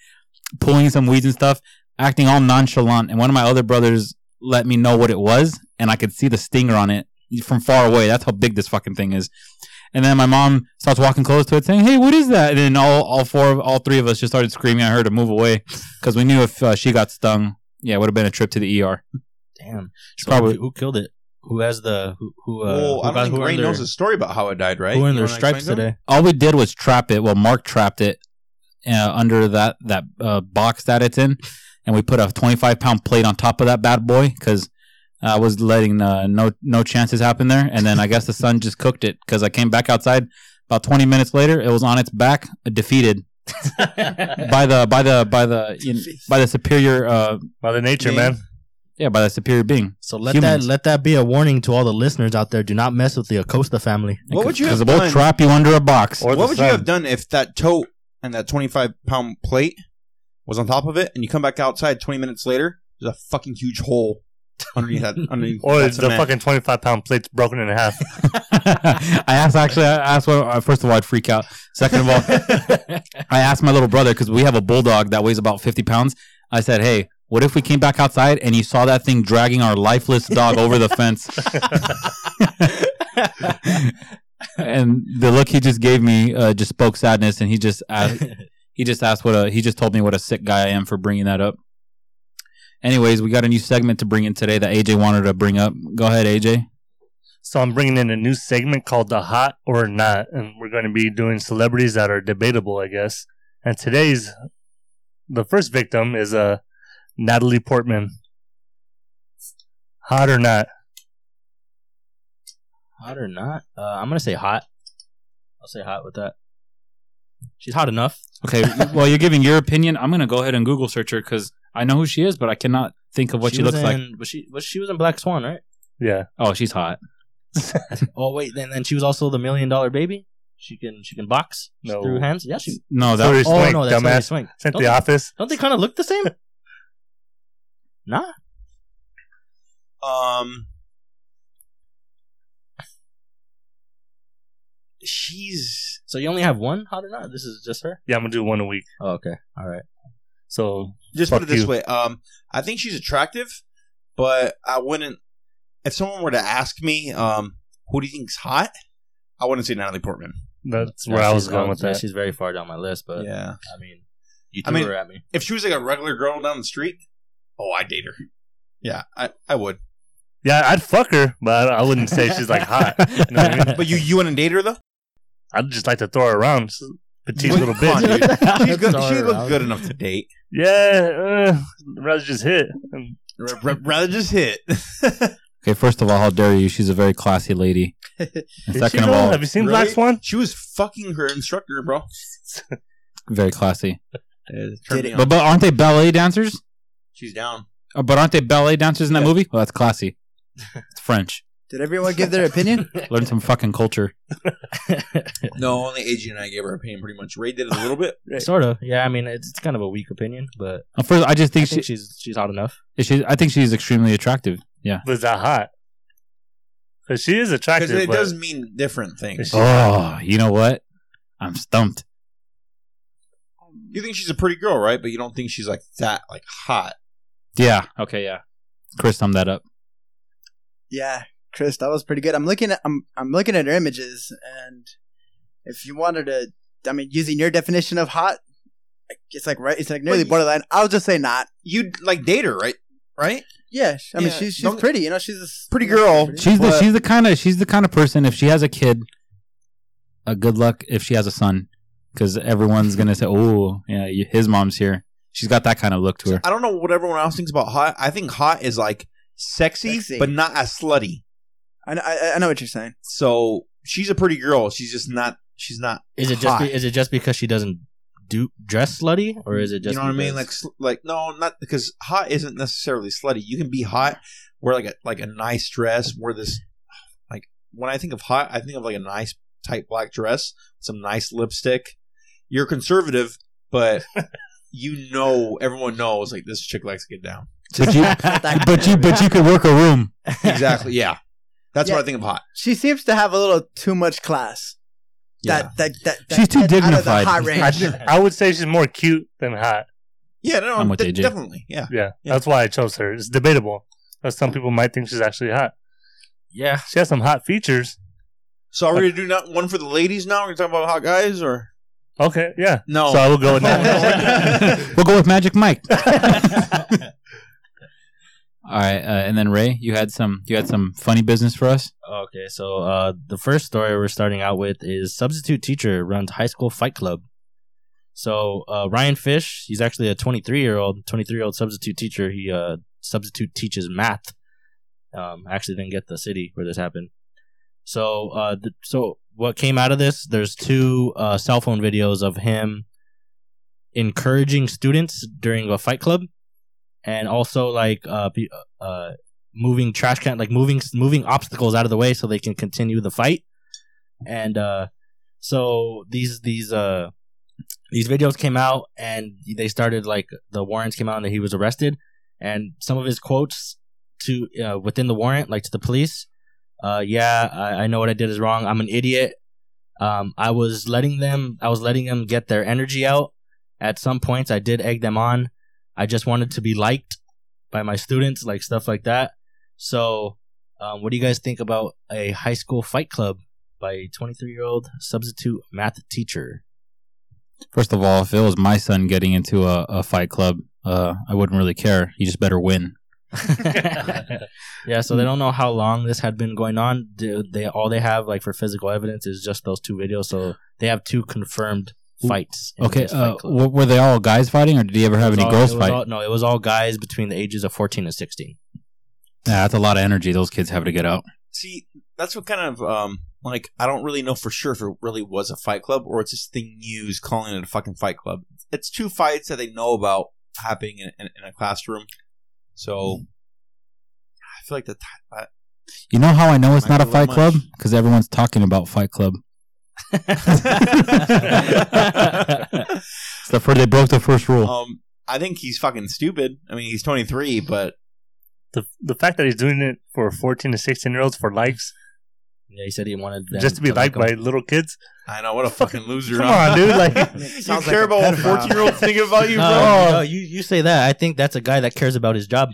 S1: pulling some weeds and stuff, acting all nonchalant. And one of my other brothers let me know what it was, and I could see the stinger on it from far away. That's how big this fucking thing is. And then my mom starts walking close to it, saying, "Hey, what is that?" And then all all four, of, all three of us just started screaming at her to move away because we knew if uh, she got stung, yeah, it would have been a trip to the ER.
S3: damn.
S1: She
S3: Probably
S1: probably
S3: who killed it? Who has the who? who uh,
S5: well,
S3: who
S5: I
S3: got-
S5: don't think
S3: who
S5: Ray
S3: earned their-
S5: knows the story about how it died, right?
S3: Who earned
S5: You
S3: their
S5: wanna explain
S3: stripes
S5: to him?
S3: today?
S1: all we did was trap it. Well, Mark trapped it uh, under that that uh, box that it's in, and we put a 25 pound plate on top of that bad boy because I was letting uh, no no chances happen there. And then I guess the sun just cooked it because I came back outside about 20 minutes later. It was on its back, uh, defeated by the by the by the you know, by the superior uh,
S6: Mother Nature, man.
S1: yeah by the superior being.
S3: so let
S1: humans.
S3: that let that be a warning to all the listeners out there. Do not mess with the Acosta family.
S5: What would you
S1: Because
S5: have
S1: we'll
S5: done?
S1: trap you under a box.
S6: Or
S5: what
S6: the
S5: would
S6: sun.
S5: you have done if that tote and that 25 pound plate was on top of it and you come back outside 20 minutes later there's a fucking huge hole underneath that underneath
S6: Or
S5: that
S6: the
S5: cement.
S6: fucking 25 pound plate's broken in half.
S1: I asked actually. I asked. Well, uh, first of all, I'd freak out. Second of all, I asked my little brother because we have a bulldog that weighs about fifty pounds. I said, "Hey, what if we came back outside and you saw that thing dragging our lifeless dog over the fence?" and the look he just gave me uh, just spoke sadness, and he just asked, he just asked what a he just told me what a sick guy I am for bringing that up. Anyways, we got a new segment to bring in today that AJ wanted to bring up. Go ahead, AJ.
S6: So I'm bringing in a new segment called the Hot or Not, and we're going to be doing celebrities that are debatable, I guess. And today's the first victim is uh, Natalie Portman. Hot or not?
S3: hot or not? Uh, I'm gonna say hot. I'll say hot with that. She's hot enough.
S1: Okay, well, you're giving your opinion. I'm gonna go ahead and Google search her because I know who she is, but I cannot think of what she,
S3: was
S1: looks like.
S3: in- Was she was she was in Black Swan, right?
S6: Yeah.
S1: Oh, she's hot.
S3: Oh wait, then then she was also the million dollar baby. She can she can box
S6: No.
S3: through hands. Yeah, she.
S1: No,
S6: Hillary
S1: that
S3: Oh
S6: Swank,
S3: no, that's Hilary
S6: dumbass.
S3: Swank.
S6: Sent
S3: Don't,
S6: the
S3: they-
S6: office.
S3: don't they kind of look the same? nah.
S5: um she's
S3: So you only have one hot or not? This is just her.
S6: Yeah, I'm going to do one a week.
S3: Oh, okay. All right.
S6: So
S5: just
S6: Fuck
S5: put it this
S6: you.
S5: way um i think she's attractive but i wouldn't if someone were to ask me um who do you think's hot i wouldn't say natalie portman
S6: that's
S3: Yeah,
S6: where I
S3: she's-
S6: was going with
S3: yeah,
S6: that.
S3: She's very far down my list, but
S5: yeah
S3: I mean, you
S5: I
S3: threw
S5: mean-
S3: her at me.
S5: if she was like a regular girl down the street oh i'd date her yeah i i would
S6: Yeah, I'd fuck her, but I I wouldn't say she's like hot. You know what I mean?
S5: but you you wouldn't date her though
S6: I'd just like to throw her around. She's a petite
S5: Wait,
S6: little
S5: come on,
S6: bitch.
S5: dude. She's good,
S3: Throw
S5: she
S3: her
S5: looks
S3: around.
S5: good enough to date.
S6: Yeah, uh, rather just hit. And
S5: R- r- rather just hit.
S1: okay. First of all, how dare you? She's a very classy lady. And
S6: Did
S1: second
S6: she
S1: of
S6: know?
S1: all,
S6: have you seen
S5: Really?
S6: Black Swan?
S5: she was fucking her instructor, bro.
S1: very classy.
S5: Turned me on.
S1: But but aren't they ballet dancers?
S5: She's down.
S1: Uh, but aren't they ballet dancers in that movie? Well, that's classy. It's French.
S4: Did everyone give their opinion?
S1: Learn some fucking culture.
S5: No, only AG and I gave her a pain pretty much. Ray did it a little bit.
S3: Sort of. Yeah. I mean, it's, it's kind of a weak opinion, but
S1: Uh, First, I just
S3: I
S1: think,
S3: think she's she's hot enough.
S1: she, she. I think she's extremely attractive. Yeah.
S6: Was that hot? 'Cause she is
S5: Because
S6: attractive.
S5: it
S6: but
S5: does mean different things.
S1: Oh, you know what? I'm stumped.
S5: You think she's a pretty girl, right? But you don't think she's like that, like hot.
S1: Yeah. Okay. Yeah. Chris summed that up.
S4: yeah, Chris, that was pretty good. I'm looking at I'm I'm looking at her images, and if you wanted to, I mean, using your definition of hot, like, it's like right, it's like nearly
S5: Wait.
S4: borderline. I'll just say not.
S5: You'd like date her, right? Right?
S4: Yeah, sh- I mean,
S5: Yeah,
S4: she's she's
S5: don't-
S4: pretty. You know, she's a s-
S5: Pretty
S4: you know, she's
S5: girl.
S4: pretty.
S1: She's the
S5: But-
S1: she's the kind of she's the kind of person. If she has a kid, uh, good luck if she has a son, because everyone's gonna say, "Oh, yeah, y- his mom's here. She's got that kind of look to her.
S5: I don't know what everyone else thinks about hot. I think hot is like sexy,
S4: Sexy.
S5: but not as slutty.
S4: I, kn- I, I know what you're saying.
S5: So she's a pretty girl. She's just not. She's not.
S3: Is it just
S5: hot.
S3: be, is it just because she doesn't do dress slutty, or is it just
S5: you know what I mean?
S3: because-
S5: Like, sl- like no, not because hot isn't necessarily slutty. You can be hot, wear like a like a nice dress, wear this. Like when I think of hot, I think of like a nice tight black dress, some nice lipstick. You're conservative, but you know everyone knows like this chick likes to get down.
S1: But you, but you, but you could work a room.
S5: Exactly. Yeah, that's what
S4: Yeah.
S5: I think of hot.
S4: She seems to have a little too much class.
S5: Yeah.
S4: That, that, that, that
S1: She's too
S4: that out of the
S1: dignified.
S4: high
S6: I,
S4: range.
S6: th- I would say she's more cute than hot.
S5: Yeah, no,
S1: I'm with
S5: de-
S1: AJ.
S5: definitely. Yeah.
S6: Yeah,
S5: Yeah.
S6: that's why I chose her. It's debatable. 'Cause some people might think she's actually hot.
S3: yeah,
S6: She has some hot features.
S5: So are we gonna do not one for the ladies now? We're gonna talk about hot guys or
S6: Okay, yeah.
S5: no?
S6: So I will go with that.
S1: we'll go with Magic Mike. All right, uh, and then Ray, you had some you had some funny business for us.
S3: Okay, so uh, the first story we're starting out with is substitute teacher runs high school fight club. So uh, Ryan Fish, he's actually a 23 year old, 23 year old substitute teacher. He uh, substitute teaches math. Um, I actually didn't get the city where this happened. So uh, th- so what came out of this? There's two uh, cell phone videos of him encouraging students during a fight club, and also like uh, pe- uh, moving trash can like moving moving obstacles out of the way so they can continue the fight and uh so these these uh these videos came out and they started like the warrants came out and he was arrested and some of his quotes to uh, within the warrant like to the police uh yeah I, I know what i did is wrong i'm an idiot um i was letting them i was letting them get their energy out at some points i did egg them on i just wanted to be liked by my students like stuff like that so, um, what do you guys think about a high school fight club by a 23 year old substitute math teacher?
S1: First of all, if it was my son getting into a, a fight club, uh, I wouldn't really care. He just better win.
S3: yeah, so they don't know how long this had been going on. They, they all they have like for physical evidence is just those two videos. So they have two confirmed fights. in
S1: Okay,
S3: this fight
S1: uh,
S3: club.
S1: w- were they all guys fighting, or did he ever have
S3: It was
S1: any
S3: all-
S1: girls
S3: it was
S1: fight?
S3: all- no, it was all guys between the ages of 14 and 16.
S1: yeah, that's a lot of energy those kids have to get out.
S5: See, that's what kind of um like I don't really know for sure if it really was a fight club or it's this thing news calling it a fucking fight club. It's two fights that they know about happening in, in, in a classroom. So I feel like the ti- uh,
S1: You know how I know it's
S5: Might
S1: not a
S5: be a little
S1: fight club?
S5: much.
S1: Because everyone's talking about Fight Club. It's the first, they broke the first rule.
S5: um I think he's fucking stupid. I mean, he's 23, but
S6: the the fact that he's doing it for 14 to 16 year olds for likes,
S3: Yeah, he said he wanted them
S6: just to be
S3: like
S6: liked by
S3: him.
S6: little kids.
S5: I know what a fucking loser.
S6: Come
S5: huh?
S6: on, dude. Like,
S5: you
S4: Sounds
S5: care
S4: like a
S5: about what a
S4: pedophile.
S5: 14 year old thinking about you, bro?
S6: Oh,
S3: No, no, you you say that. I think that's a guy that cares about his job.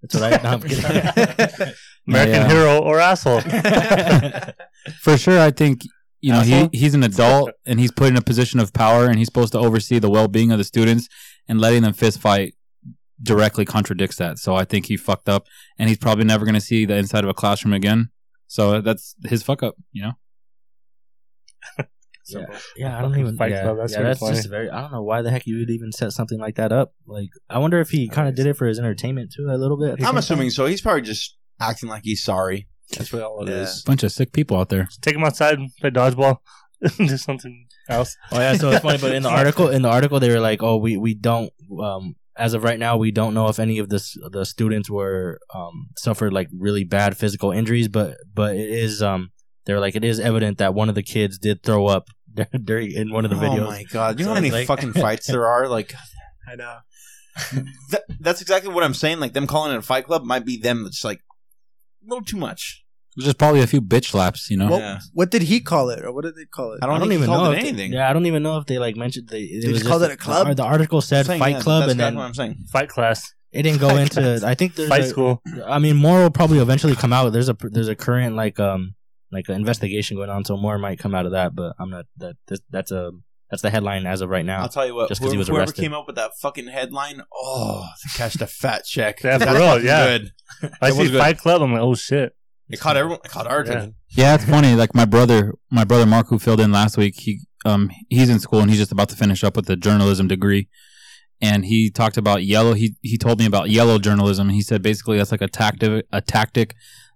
S3: That's what I. No, I'm kidding.
S6: American
S1: Yeah.
S6: hero or asshole.
S1: For sure, I think you know he,
S6: Asshole?
S1: he's an adult and he's put in a position of power and he's supposed to oversee the well being of the students and letting them fist fight directly contradicts that. So I think he fucked up and he's probably never going to see the inside of a classroom again. So that's his fuck up, you know.
S3: yeah, I don't even.
S6: Fight
S3: yeah,
S6: Club, that's
S3: yeah,
S6: really
S3: that's
S6: funny.
S3: just very. I don't know why the heck you would even set something like that up. Like, I wonder if he kind of did it for his entertainment too, a little bit.
S5: I'm assuming so. He's probably just acting like he's sorry. That's what all it is.
S4: Yeah.
S1: Bunch of sick people out there.
S6: Take him outside, play dodgeball, do something else.
S3: Oh yeah, so it's funny. But in the article, in the article, they were like, "Oh, we we don't." Um, as of right now, we don't know if any of the s- the students were um, suffered like really bad physical injuries, but but it is um they're like it is evident that one of the kids did throw up during in one of the videos.
S5: Oh my god! You know
S3: So
S5: how many
S3: it's like-
S5: fucking fights there are? Like,
S4: I know.
S5: that, that's exactly what I'm saying. Like them calling it a fight club might be them just like a little too much.
S1: There's just probably a few bitch slaps, you know.
S4: What,
S5: Yeah.
S4: what did he call it, or what did they call it?
S5: I don't, think even
S3: know
S5: called it
S3: if they-
S5: anything.
S3: yeah, I don't even know if they like mentioned they. It
S4: They just called it a club?
S3: The, the article
S5: I'm
S3: said
S5: saying,
S3: Fight
S5: yeah,
S3: Club,
S5: that's
S3: and
S5: exactly
S3: then
S5: what I'm saying.
S6: Fight class,
S3: it didn't go
S6: Fight
S3: into.
S6: class.
S3: I think there's.
S6: fight
S3: a-
S6: school.
S3: I mean, more will probably eventually come out. There's a there's a current like um like an investigation going on, so more might come out of that. But I'm not that that- that's a that's the headline as of right now.
S5: I'll tell you what.
S3: Just 'cause
S5: whoever,
S3: he was
S5: whoever
S3: arrested.
S5: came up with that fucking headline, oh, they cashed a fat check.
S6: Yeah, for real,
S5: fucking
S6: yeah.
S5: good.
S6: I
S5: It was
S6: see
S5: good.
S6: Fight Club. I'm like, oh shit.
S5: It caught everyone. It caught our attention.
S1: Yeah, it's funny. Like my brother, my brother Mark, who filled in last week, he um he's in school and he's just about to finish up with a journalism degree, and he talked about yellow. He he told me about yellow journalism, and he said basically that's like a tactic a tactic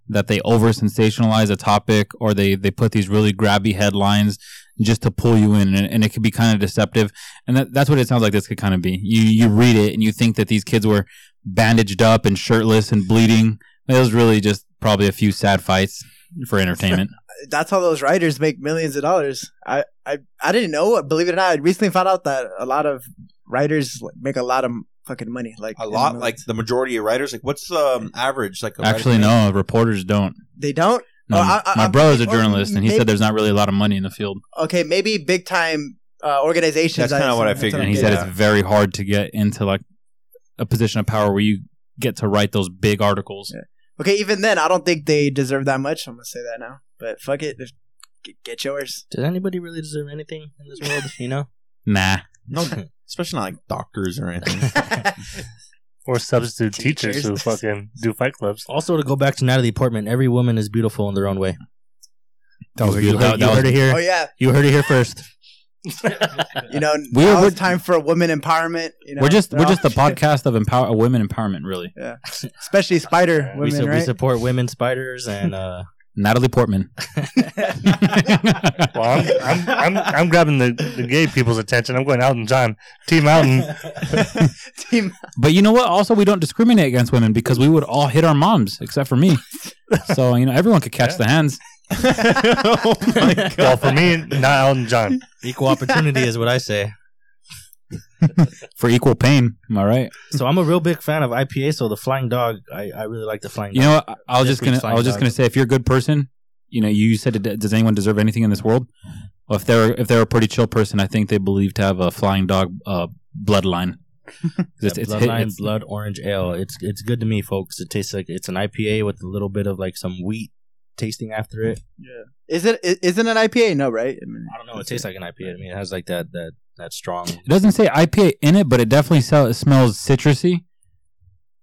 S1: that they over sensationalize a topic or they they put these really grabby headlines just to pull you in, and, and it could be kind of deceptive. And that, that's what it sounds like. This could kind of be you you read it and you think that these kids were bandaged up and shirtless and bleeding. It was really just probably a few sad fights for entertainment.
S4: That's how those writers make millions of dollars. I, I, I didn't know. Believe it or not, I recently found out that a lot of writers like, make a lot of fucking money. Like
S5: A
S4: in
S5: lot,
S4: millions.
S5: like the majority of writers. Like, what's um average? Like, a writer-
S1: Actually, no, reporters don't.
S4: they don't.
S1: No,
S4: Oh, I- I-
S1: my
S4: I'm
S1: brother's a
S4: thinking- or
S1: journalist, and he
S4: maybe-
S1: said there's not really a lot of money in the field,
S4: Okay, maybe big time uh, organizations.
S5: That's kinda what I
S4: that's
S5: figured.
S1: and
S4: I'm
S1: he
S5: Yeah.
S1: said
S4: getting
S1: it's very hard to get into like a position of power where you get to write those big articles.
S4: at. okay, even then, I don't think they deserve that much. I'm gonna say that now, but fuck it, If- g- get yours.
S3: Does anybody really deserve anything in this world? You know,
S1: Nah,
S5: no, especially not like doctors or anything.
S4: Oh,
S6: Or substitute teachers who
S4: Teachers.
S6: fucking do fight clubs.
S3: Also, to go back to Natalie Portman, every woman is beautiful in their own way.
S1: that was
S3: You
S1: beautiful.
S3: heard,
S1: That,
S3: you
S1: was-
S3: heard it here.
S4: oh yeah,
S3: You heard it here first.
S4: you know,
S1: We-
S4: now
S1: we're-
S4: it's time for women empowerment. You know,
S1: we're just
S4: They're
S1: we're
S4: all-
S1: just the podcast of empower women empowerment, really.
S4: especially spider
S6: We
S3: we,
S4: women,
S3: su- we
S4: right?
S3: support women spiders and uh,
S1: Natalie Portman.
S6: Well, I'm, I'm, I'm, I'm grabbing the, the gay people's attention. I'm going out and John, Team Alton.
S4: Team-
S1: but you know what? Also, we don't discriminate against women because we would all hit our moms except for me. so you know, everyone could catch
S6: Yeah.
S1: the hands.
S6: well, for me, not Alton John.
S3: equal opportunity is what I say.
S1: for equal pain. Am I right?
S3: So I'm a real big fan of IPA. So the Flying Dog, I, I really like the Flying
S1: You
S3: Dog.
S1: know, what? I, I was just
S3: Jeffrey
S1: gonna, I was just
S3: Feinstein.
S1: gonna say, if you're a good person, you know, you said, "D- does anyone deserve anything in this world? Well, if they're if they're a pretty chill person, I think they believe to have a flying dog uh, bloodline. 'Cause it's,
S3: That
S1: it's, hit-
S3: Bloodline
S1: it's-
S3: Blood Orange Ale. It's it's good to me, folks. It tastes like it's an IPA with a little bit of like some wheat tasting after it.
S4: Is it i- isn't an IPA? No, right? I mean,
S3: I don't know. It tastes like an IPA to me. It has like that that that strong.
S1: it doesn't say IPA in it, but it definitely sell, it smells citrusy,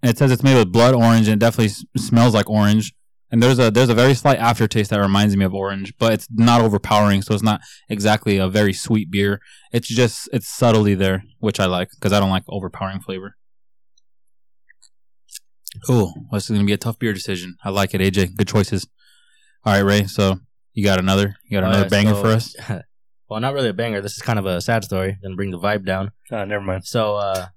S1: and it says it's made with blood orange, and it definitely s- smells like orange. And there's a there's a very slight aftertaste that reminds me of orange, but it's not overpowering, so it's not exactly a very sweet beer. It's just it's subtly there, which I like because I don't like overpowering flavor. Cool. Well, this is gonna be a tough beer decision. I like it, AJ. Good choices. All right, Ray. So you got another you got
S3: Uh,
S1: another banger
S3: so-
S1: for us.
S3: Well, not really a banger. This is kind of a sad story. Gonna bring the vibe down.
S6: Oh, never mind.
S3: So uh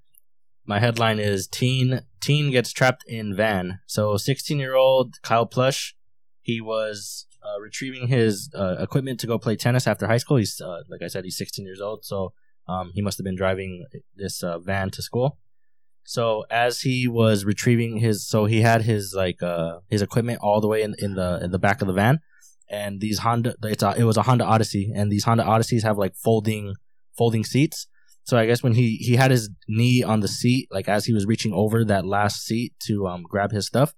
S3: my headline is teen teen gets trapped in van. So 16 year old Kyle Plush, he was uh, retrieving his uh, equipment to go play tennis after high school. He's uh, like I said, he's 16 years old, so um, he must have been driving this uh, van to school. So as he was retrieving his, so he had his like uh, his equipment all the way in, in the in the back of the van, and these Honda, it's a, it was a Honda Odyssey, and these Honda Odysseys have like folding folding seats. So I guess when he he had his knee on the seat, like as he was reaching over that last seat to um, grab his stuff,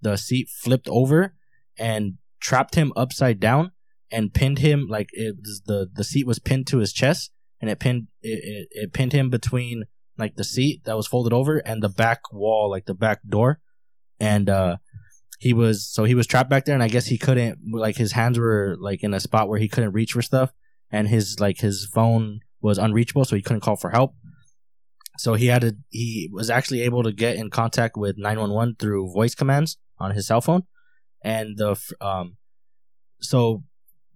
S3: the seat flipped over and trapped him upside down and pinned him like it was the the seat was pinned to his chest and it pinned it, it, it pinned him between like the seat that was folded over and the back wall like the back door and uh he was so he was trapped back there and i guess he couldn't like his hands were like in a spot where he couldn't reach for stuff and his like his phone was unreachable so he couldn't call for help so he had to he was actually able to get in contact with 911 through voice commands on his cell phone and the f- um so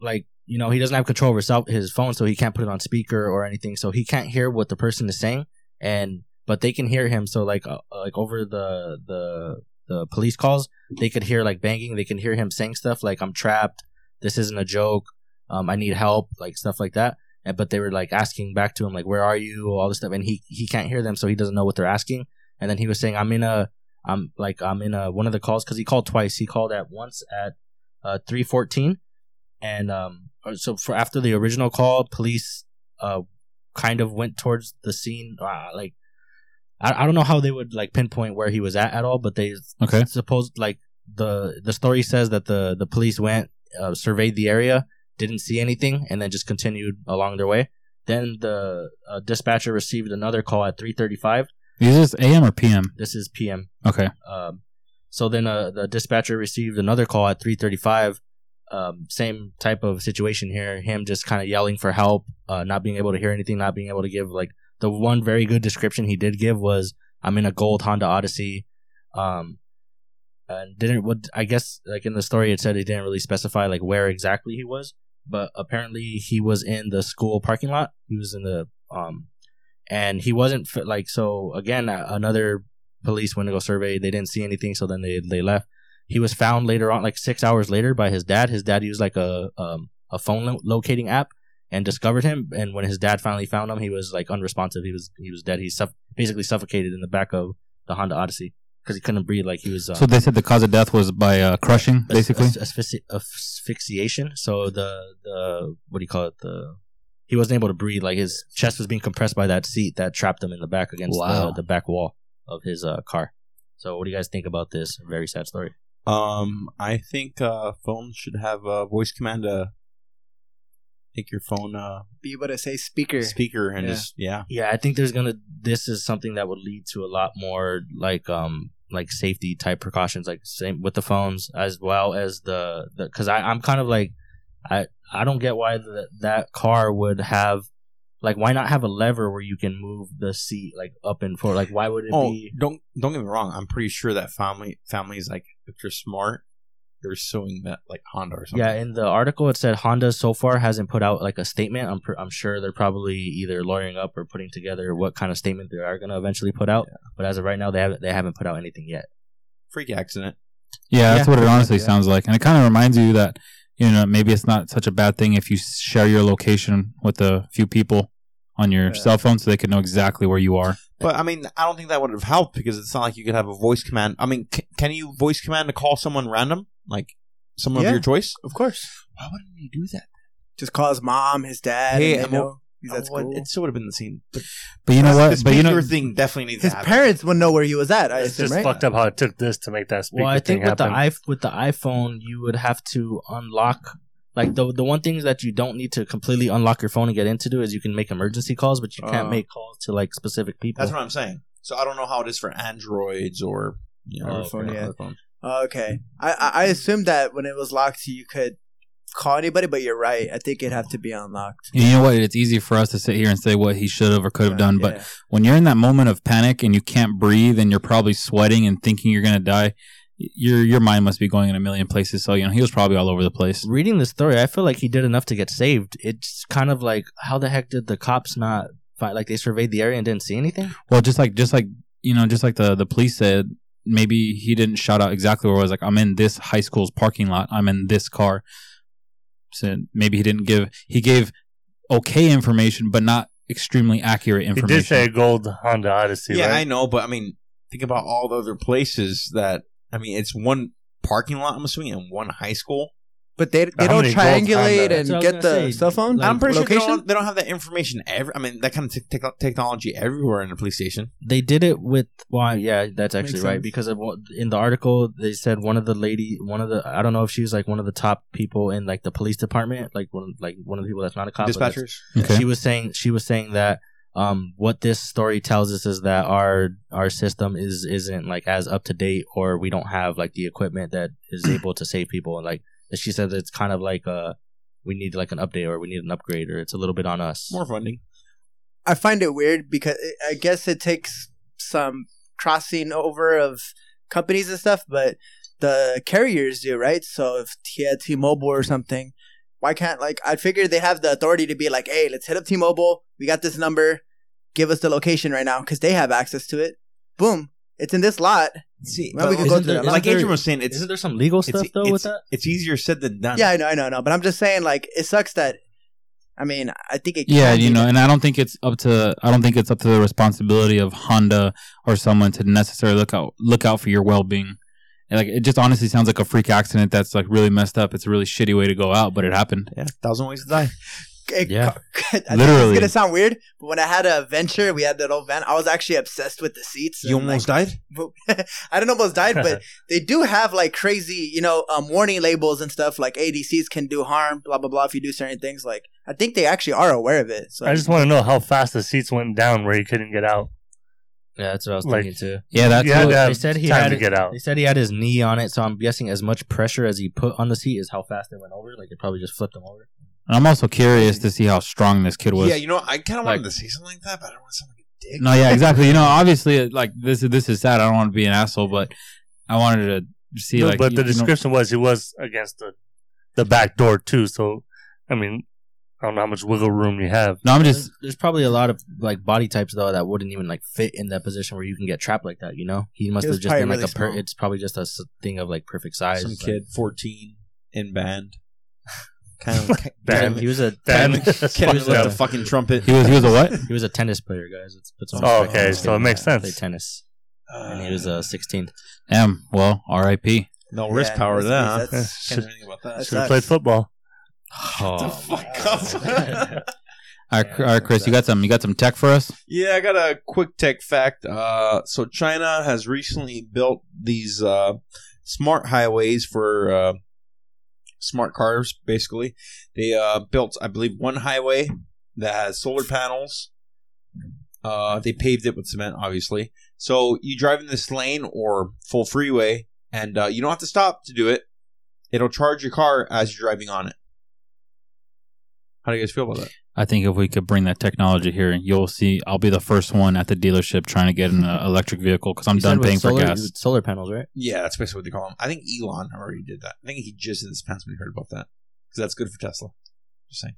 S3: like you know he doesn't have control over his, cell- his phone so he can't put it on speaker or anything so he can't hear what the person is saying and but they can hear him so like uh, like over the the the police calls they could hear like banging they can hear him saying stuff like i'm trapped this isn't a joke um, I need help, like stuff like that. And, but they were like asking back to him, like, where are you? All this stuff. And he, he can't hear them. So he doesn't know what they're asking. And then he was saying, I'm in a, I'm like, I'm in a, one of the calls. Cause he called twice. He called at once at, uh, 314. And, um, or- so for after the original call, police, uh, kind of went towards the scene. Uh, like, I, I don't know how they would like pinpoint where he was at at all, but they
S1: Okay.
S3: suppose like the the story says that the the police went uh, surveyed the area didn't see anything and then just continued along their way then the uh, dispatcher received another call at 3.35
S1: Is this AM or PM?
S3: this is pm
S1: Okay.
S3: um, so then uh, the dispatcher received another call at 3:35. Um, same type of situation here. Him just kind of yelling for help, uh, not being able to hear anything, not being able to give like the one very good description he did give was, "I'm in a gold Honda Odyssey." Um, and didn't what I guess like in the story it said he didn't really specify like where exactly he was, but apparently he was in the school parking lot. He was in the um, and he wasn't fi- like so again a- another police went to go survey. They didn't see anything, so then they they left. He was found later on, like six hours later, by his dad. His dad used like a um, a phone lo- locating app and discovered him. And when his dad finally found him, he was like unresponsive. He was he was dead. He suff- basically suffocated in the back of the Honda Odyssey because he couldn't breathe. Like he was uh,
S1: So they said the cause of death was by uh, crushing,
S3: as-
S1: basically.
S3: as- asphyxi- asphyxiation. So the the what do you call it? The he wasn't able to breathe. Like his chest was being compressed by that seat that trapped him in the back against
S1: Wow.
S3: the, the back wall of his uh, car. So what do you guys think about this very sad story?
S5: Um, I think uh, phones should have a voice command to take your phone uh,
S4: Be able to say speaker.
S5: speaker and
S4: Yeah.
S5: just yeah.
S3: Yeah, I think there's gonna. This is something that would lead to a lot more like um like safety type precautions, like same with the phones as well as the the because I I'm kind of like I I don't get why the, that car would have like why not have a lever where you can move the seat like up and forward like why would it
S5: Oh,
S3: be
S5: don't don't get me wrong. I'm pretty sure that family families like if they're smart, they're suing that like Honda or something.
S3: Yeah, in the article it said Honda so far hasn't put out like a statement. I'm pr- I'm sure they're probably either lawyering up or putting together what kind of statement they are going to eventually put out. But as of right now, they haven't they haven't put out anything yet.
S5: freak accident.
S1: Yeah, that's
S3: Yeah.
S1: what it honestly
S3: Yeah.
S1: sounds like, and it kind of reminds you that you know maybe it's not such a bad thing if you share your location with a few people on your
S5: Yeah.
S1: cell phone so they can know exactly where you are.
S5: But I mean, I don't think that would have helped because it's not like you could have a voice command. I mean, c- can you voice command to call someone random, like someone
S4: Yeah.
S5: of your choice?
S4: Of course.
S5: Why wouldn't you do that?
S4: Just call his mom, his dad.
S5: Hey,
S4: and they
S5: I'm
S4: know he's at
S5: Oh, well,
S4: school.
S5: It still would have been the same. But
S1: But you know
S5: The
S1: what? But
S5: speaker
S1: you know,
S5: thing definitely needs
S4: his
S5: to happen.
S4: parents would know where he was at. I
S6: It's
S4: assume,
S6: just
S4: right?
S6: fucked up how it took this to make that speaker
S3: Well, I think
S6: thing
S3: with the
S6: happen.
S3: i with the iPhone, you would have to unlock like the the one thing that you don't need to completely unlock your phone and get into is you can make emergency calls, but you can't
S5: Uh.
S3: make calls to like specific people.
S5: That's what I'm saying. So I don't know how it is for androids or you know,
S3: Oh,
S5: for
S4: okay.
S5: other phones.
S4: Oh, Okay. I, I I assumed that when it was locked, you could call anybody, but you're right. I think it'd have to be unlocked.
S1: you know what? It's easy for us to sit here and say what he should have or could have done, but
S4: Yeah.
S1: when you're in that moment of panic and you can't breathe and you're probably sweating and thinking you're gonna die, y- your your mind must be going in a million places. So you know he was probably all over the place.
S3: reading the story, I feel like he did enough to get saved. It's kind of like how the heck did the cops not find like they surveyed the area and didn't see anything?
S1: Well, just like just like you know, just like the the police said, maybe he didn't shout out exactly where it was. Like I'm in this high school's parking lot. I'm in this car. So maybe he didn't give. He gave okay information, but not extremely accurate
S6: he
S1: information.
S6: did say a gold Honda Odyssey,
S5: yeah, I
S6: right?
S5: know, but I mean, think about all the other places that I mean, it's one parking lot. I'm assuming and one high school.
S4: But they they
S6: How
S4: don't
S6: many golds on
S4: triangulate
S6: that?
S4: and
S3: That's what I was
S4: get the
S3: gonna say.
S4: cell phone.
S3: Like,
S5: I'm pretty sure they
S4: location?
S5: don't, they don't have that information. Every I mean, that kind of t- tech technology everywhere in a police station.
S3: They did it with well, yeah, that's
S4: Makes
S3: actually right
S4: sense.
S3: because of, what- in the article they said one of the lady, one of the I don't know if she was like one of the top people in like the police department, like one like one of the people that's not a cop, but that's-
S5: Dispatchers.
S1: Okay.
S3: she was saying she was saying that um, what this story tells us is that our our system is isn't like as up to date or we don't have like the equipment that is able to save people and like she said it's kind of like uh we need like an update or we need an upgrade or it's a little bit on us
S5: More funding.
S4: I find it weird because it, I guess it takes some crossing over of companies and stuff, but the carriers do, right? So if he had T-Mobile or something, why can't like I figured they have the authority to be like, hey, let's hit up T-Mobile. We got this number. Give us the location right now because they have access to it. Boom, it's in this lot.
S5: See,
S4: Well, we
S5: but
S4: could go
S5: isn't
S4: through
S5: there-
S4: that.
S5: like
S3: Isn't
S5: Adrian
S3: there-
S5: was saying, it's
S3: isn't there some legal
S5: it's,
S3: stuff though with
S5: it's,
S3: that
S5: it's easier said than done.
S4: Yeah, I know, I know, I know, but I'm just saying like it sucks that. I mean, I think it.
S1: Yeah,
S4: can
S1: you
S4: be-
S1: know, and I don't think it's up to I don't think it's up to the responsibility of Honda or someone to necessarily look out look out for your well being. Like it just honestly sounds like a freak accident that's like really messed up. It's a really shitty way to go out, but it happened.
S5: yeah, thousand ways to die.
S4: it,
S3: Yeah.
S1: Literally.
S4: It's gonna sound weird, but when I had a venture, we had that old van. I was actually obsessed with the seats.
S5: You
S4: and,
S5: almost died.
S4: like, I don't almost died, but they do have like crazy, you know, um, warning labels and stuff like ADCs can do harm, blah blah blah. If you do certain things, like I think they actually are aware of it. So
S6: I just want to know how fast the seats went down where he couldn't get out.
S3: yeah that's what i was
S6: Like-
S3: thinking too
S1: Yeah, that's
S6: you had
S1: what-
S6: to
S3: they
S6: have
S3: said he
S6: time
S3: had
S6: to
S3: it-
S6: get out.
S3: they said he had his knee on it so i'm guessing as much pressure as he put on the seat is how fast it went over like it probably just flipped him over
S1: And I'm also curious to see how strong this kid was.
S5: yeah, you know, I kind of wanted
S1: like-
S5: to say something like that, but I don't want to sound like a dick.
S1: No, yeah, exactly. You know, obviously, it- like this is this is sad. I don't want to be an asshole, but I wanted to see
S6: No,
S1: like.
S6: but
S1: you-
S6: the
S1: you know-
S6: description was he was against the the back door too. So I mean, I don't know how much wiggle room you have.
S1: no, I'm
S3: There's,
S1: just
S3: there's probably a lot of like body types though that wouldn't even like fit in that position where you can get trapped like that. You know, he must
S4: It was
S3: have just
S4: probably
S3: been like
S4: really
S3: a. Per-
S4: small.
S3: it's probably just a s- thing of like perfect size.
S5: Some
S3: like-
S5: kid, fourteen, in band, kind of
S3: Yeah,
S6: Damn.
S3: he was a
S6: Damn.
S5: can't even lift a
S6: Fuck
S5: fucking trumpet.
S1: he was he was a what?
S3: he was a tennis player, guys. Let's put some respect
S6: Oh,
S3: on
S6: okay,
S3: this
S6: so
S3: kid.
S6: it makes
S3: Yeah,
S6: sense.
S3: Played tennis, and he
S5: Uh,
S3: was uh, 16.
S1: Damn. Well, R.I.P.
S5: no wrist
S4: Yeah,
S5: power
S4: that's-
S5: then. Huh?
S4: that's-
S6: that.
S5: Can't do anything about that.
S4: that's-
S6: Should have
S4: sucks.
S6: played football.
S3: Oh,
S5: fuck up.
S1: All right, cr- all right, Chris, you got some you got some tech for us?
S5: Yeah, I got a quick tech fact. Uh, so China has recently built these uh, smart highways for uh, smart cars. Basically, they uh, built, I believe, one highway that has solar panels. Uh, they paved it with cement, obviously. So you drive in this lane or full freeway, and uh, you don't have to stop to do it. It'll charge your car as you're driving on it. How do you guys feel about that?
S1: I think if we could bring that technology here, you'll see. I'll be the first one at the dealership trying to get an uh, electric vehicle because I'm
S3: You said
S1: done
S3: with
S1: paying
S3: solar,
S1: for gas.
S3: with Solar panels, right?
S5: Yeah, that's basically what they call him. I think Elon already did that. I think he just in this past week heard about that because that's good for Tesla. Just saying.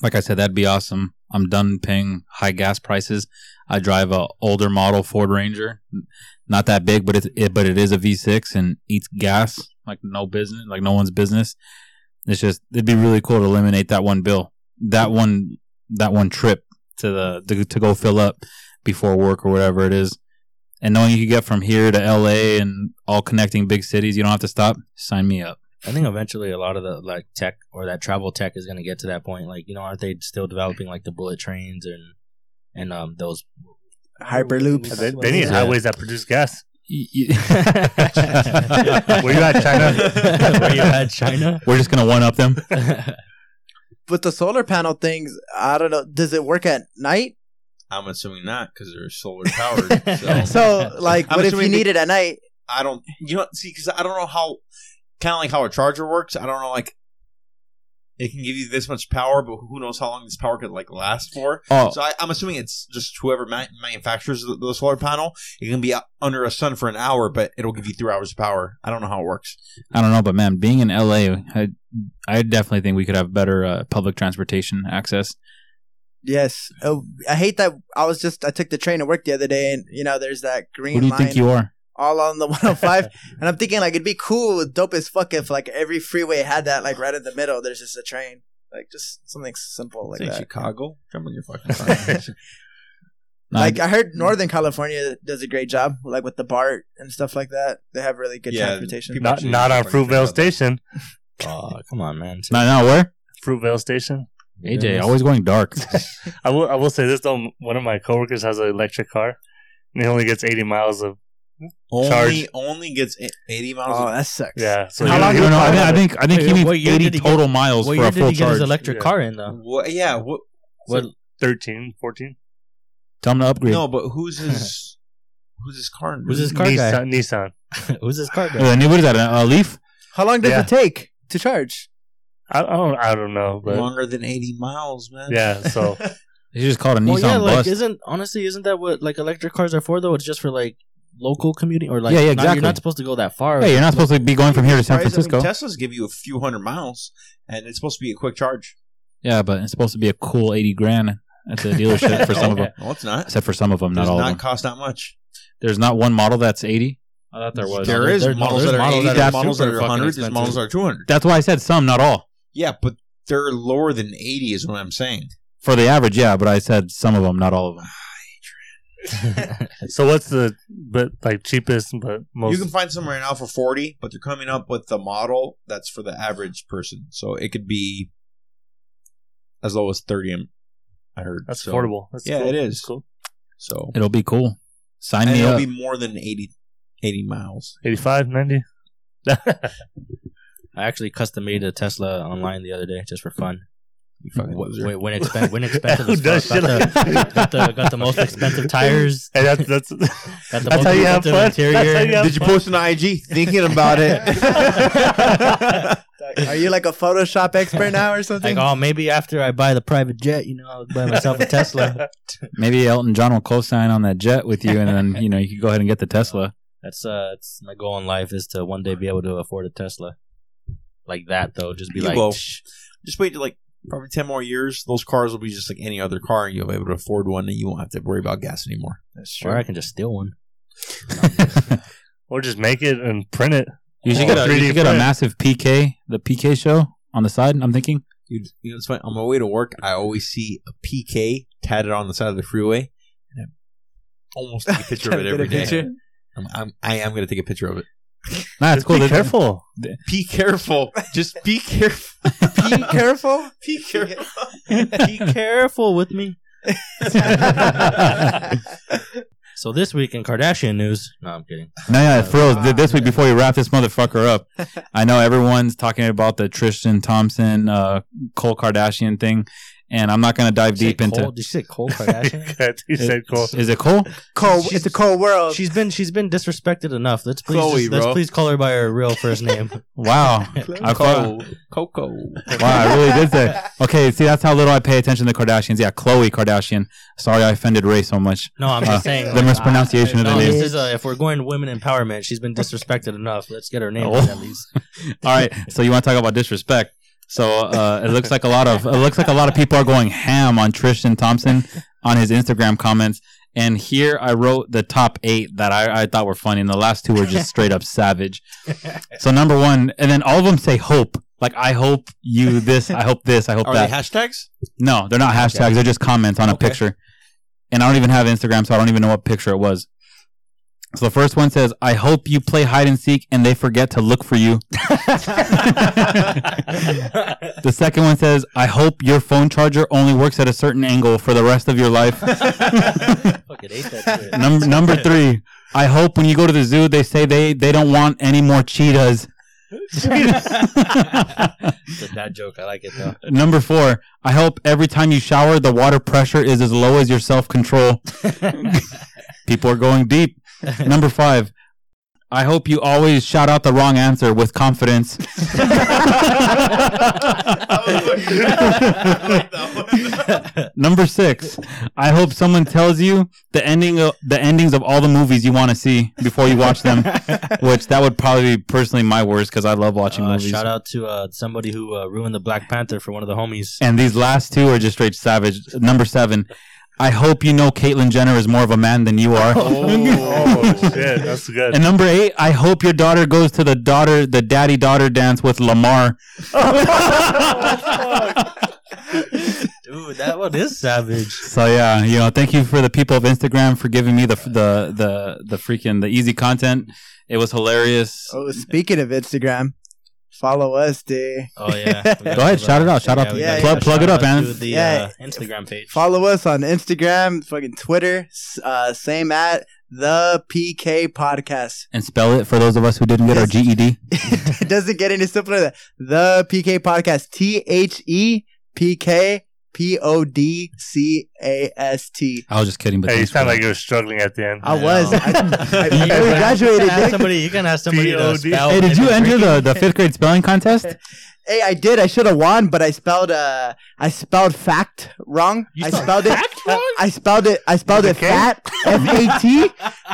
S1: Like I said, that'd be awesome. I'm done paying high gas prices. I drive a older model Ford Ranger, not that big, but it's it, but it is a V6 and eats gas like no business, like no one's business. It's just it'd be really cool to eliminate that one bill, that one that one trip to the to, to go fill up before work or whatever it is. And knowing you could get from here to LA and all connecting big cities, you don't have to stop. Sign me up.
S3: I think eventually a lot of the like tech or that travel tech is going to get to that point. Like, you know, aren't they still developing like the bullet trains and and um those?
S4: Hyperloops.
S6: They, they need
S3: Yeah.
S6: highways that produce gas.
S1: Y- y-
S6: Where you at, China?
S3: Where you at, China?
S1: We're just gonna one up them.
S4: But the solar panel things, I don't know. Does it work at night?
S5: I'm assuming not because they're solar powered. so
S4: So, like,
S5: I'm
S4: what if you
S5: assuming
S4: need it at night?
S5: I don't, you know, see, because I don't know how, kind of like how a charger works. I don't know, like, it can give you this much power, but who knows how long this power could like last for?
S1: Oh,
S5: So I, I'm assuming it's just whoever ma- manufactures the, the solar panel. It can be out under a sun for an hour, but it'll give you three hours of power. I don't know how it works.
S1: I don't know, but man, being in LA, I, I definitely think we could have better uh, public transportation access.
S4: Yes. Oh, I hate that. I was just, I took the train to work the other day, and, you know, there's that green
S1: Who do you
S4: line
S1: think you are?
S4: all on the 105. and I'm thinking, like, it'd be cool, dope as fuck if, like, every freeway had that, like, right in the middle. There's just a train. Like, just something simple like
S5: Say
S4: that.
S5: Chicago, jump on your fucking car.
S1: No,
S4: like
S1: I,
S4: I heard Northern California does a great job, like with the BART and stuff like that. They have really good
S5: Yeah,
S4: transportation.
S5: people-
S6: Not
S5: actually
S6: not on
S5: fucking think
S6: Fruitvale
S5: about that.
S6: Station.
S3: Oh, come on, man.
S1: no, no, where?
S6: Fruitvale Station.
S1: AJ, always going dark.
S6: I will I will say this though. One of my coworkers has an electric car, and he only gets eighty miles of
S5: Only
S6: Charge.
S5: only gets i- eighty miles.
S4: Oh,
S5: of-
S4: that sucks.
S6: yeah. So
S1: You
S6: he-
S1: don't-
S3: long
S1: you
S6: he-
S1: don't know. I, mean,
S3: did-
S1: I think I think
S3: Wait,
S1: he
S3: what
S1: means
S3: year
S1: eighty
S3: did he get-
S1: total miles for
S3: What year
S1: a
S3: did
S1: full
S3: he get his
S1: charge.
S3: electric
S6: Yeah.
S3: car in though?
S5: What, yeah. What,
S3: What?
S6: 13, 14.
S1: Tell him to upgrade.
S5: no, but who's his? who's his car?
S3: Who's his car
S6: Nissan, Nissan.
S3: guy? Who's his car guy?
S1: Uh, what is that? A, a leaf?
S4: How long does
S6: Yeah.
S4: it take to charge?
S6: I, I don't I don't know, but
S5: Longer than eighty miles, man.
S6: yeah. So
S1: He just called a
S3: Well,
S1: Nissan
S3: yeah, like
S1: bus.
S3: isn't honestly isn't that what like electric cars are for though? It's just for like local commuting or like
S1: Yeah, yeah,
S3: not-
S1: exactly.
S3: You're not supposed to go that far.
S1: Hey, you're not supposed to be going from here to San
S5: Right? I mean,
S1: Francisco.
S5: Teslas give you a few hundred miles, and it's supposed to be a quick charge
S1: Yeah, but it's supposed to be a cool eighty grand at the dealership for some of them.
S5: No, it's
S1: I
S5: not.
S1: said for some of them,
S5: Does
S1: not all of
S5: not
S1: them.
S5: cost that much.
S1: There's not one model that's eighty. I thought there was.
S5: There is
S3: There's models
S5: models that are
S3: that are
S5: eighty,
S1: super
S5: there's models that are
S3: fucking
S5: hundred, there's models that are two hundred.
S1: That's why I said some, not all.
S5: Yeah, but they're lower than eighty, is what I'm saying.
S1: For the average, yeah, but I said some of them, not all of them.
S6: so what's the but like cheapest but most
S5: You can find some right now for forty, but they're coming up with the model that's for the average person, so it could be as low as thirty. I'm- I heard
S6: that's
S5: so.
S6: affordable. That's
S5: Yeah,
S6: cool.
S5: it is.
S6: That's cool.
S5: So
S1: It'll be cool. Sign
S5: and
S1: me
S5: it'll
S1: up.
S5: be more than 80, 80 miles.
S6: 85, 90.
S3: I actually custom made a Tesla online the other day just for fun.
S5: You fucking
S3: Wait,
S5: loser.
S3: wait, when expen- when expensive
S6: Who
S3: as
S6: does
S3: fuck.
S6: shit
S3: Got,
S6: like
S3: the,
S6: that?
S3: got, the, got the most expensive tires.
S6: Hey, that's that's
S3: Got the
S6: That's
S3: most
S6: how you have
S3: expensive
S6: fun?
S3: interior.
S6: That's how you have-
S5: Did you post an IG thinking about it?
S6: that's
S4: Are you like a Photoshop expert now or
S3: Like,
S4: something?
S3: oh, maybe after I buy the private jet, you know, I'll buy myself a Tesla.
S1: Maybe Elton John will co-sign on that jet with you, and then you know you could go ahead and get the Tesla.
S3: That's uh, that's my goal in life is to one day be able to afford a Tesla. Like that though, just be
S5: You
S3: like,
S5: will.
S3: "Shh,
S5: Just wait till like probably ten more years. Those cars will be just like any other car, and you'll be able to afford one, and you won't have to worry about gas anymore.
S3: that's true. Or I can just steal one.
S6: Or just make it and print it.
S1: You should
S6: Oh,
S1: get a, you
S6: 3D
S1: should get a
S6: print.
S1: massive PK, the PK show on the side. I'm thinking
S5: Dude, you know, it's funny. On my way to work, I always see a PK tatted on the side of the freeway, and I almost take a picture of it
S4: Get a
S5: every day.
S4: picture?
S5: I'm, I'm, I am going to take a picture of it.
S1: Nah, it's
S6: Just cool.
S1: cool.
S6: Be
S1: There's-
S6: careful.
S5: Be careful. Just be careful.
S4: Be careful.
S5: Be careful.
S3: be careful with me. So this week in Kardashian news, no, I'm kidding.
S1: No, yeah, frills. Th- This week, before we wrap this motherfucker up, I know everyone's talking about the Tristan Thompson, uh, Cole Kardashian thing, and I'm not going to dive deep
S3: Say Cole-
S1: into.
S3: Did you say Cole Kardashian?
S6: God, he said cool.
S1: Is it Cole?
S4: Cold.
S3: She's-
S4: It's a cold world.
S3: she's been she's been disrespected enough. Let's please
S5: Chloe,
S3: just- let's
S5: bro.
S3: please call her by her real first name.
S1: Wow, I fuck-
S5: Coco. Coco. Oh,
S1: wow, I really did that. Okay, see, that's how little I pay attention to the Kardashians. Yeah, Chloe Kardashian. Sorry, I offended Ray so much.
S3: No, I'm
S1: Uh,
S3: just saying
S1: the
S3: like,
S1: mispronunciation
S3: I-
S1: of the
S3: no,
S1: name.
S3: This is a, if we're going women empowerment, she's been disrespected enough. Let's get her name
S1: Oh.
S3: at least.
S1: All right, so you want to talk about disrespect? So uh, it looks like a lot of it looks like a lot of people are going ham on Tristan Thompson on his Instagram comments. And here I wrote the top eight that I, I thought were funny, and the last two were just straight up savage. So number one, and then all of them say hope. Like I hope you this, I hope this, I hope
S5: Are
S1: that.
S5: they hashtags?
S1: No, they're not hashtags. They're just comments on a
S5: Okay.
S1: picture. And I don't even have Instagram, so I don't even know what picture it was. So the first one says, "I hope you play hide and seek and they forget to look for you." the second one says, "I hope your phone charger only works at a certain angle for the rest of your life."
S3: Fucking hate that shit.
S1: number number 3, "I hope when you go to the zoo they say they they don't want any more cheetahs."
S3: It's a bad joke. I like it though.
S1: Number four, I hope every time you shower, the water pressure is as low as your self control. People are going deep. Number five, I hope you always shout out the wrong answer with confidence. Number six, I hope someone tells you the ending of, the endings of all the movies you want to see before you watch them, which that would probably be personally my worst because I love watching
S3: Uh,
S1: movies.
S3: shout out to uh, somebody who uh, ruined the Black Panther for one of the homies.
S1: And these last two are just straight savage. Number seven, I hope you know Caitlyn Jenner is more of a man than you are.
S5: Oh,
S6: Yeah, that's good.
S1: And number eight, I hope your daughter goes to the daughter, the daddy daughter dance with Lamar.
S3: Dude, that one is savage.
S1: So yeah, you know, thank you for the people of Instagram for giving me the the the the freaking the easy content. It was hilarious.
S4: Oh, speaking of Instagram, follow us, dude.
S3: Oh yeah. Go
S1: Go ahead, shout it out, shout out,
S4: we gotta
S1: plug plug it up,
S3: man.
S1: man.
S3: The
S4: Yeah.
S3: uh, Instagram page.
S4: Follow us on Instagram, fucking Twitter, s- uh, same at the PK Podcast.
S1: And spell it for those of us who didn't get our E
S4: Yes.
S1: GED.
S4: it doesn't get any simpler than that. The PK Podcast. T H E P K P O D C A S T.
S1: I was just kidding, but
S6: Hey, you
S1: thanks for
S6: sound
S1: that.
S6: like you were struggling at the end.
S4: I was. I, I
S3: You
S4: barely
S3: can ask- you
S4: graduated.
S3: can ask
S4: Nick.
S3: somebody. You can ask somebody to
S6: POD.
S3: spell.
S1: Hey, did you
S3: imagery.
S1: enter the, the fifth grade spelling contest?
S4: Hey, I did. I should have won, but I spelled uh, I spelled fact wrong. I spelled it. uh, I spelled it. I spelled it
S6: With a K?
S4: fat. F A T.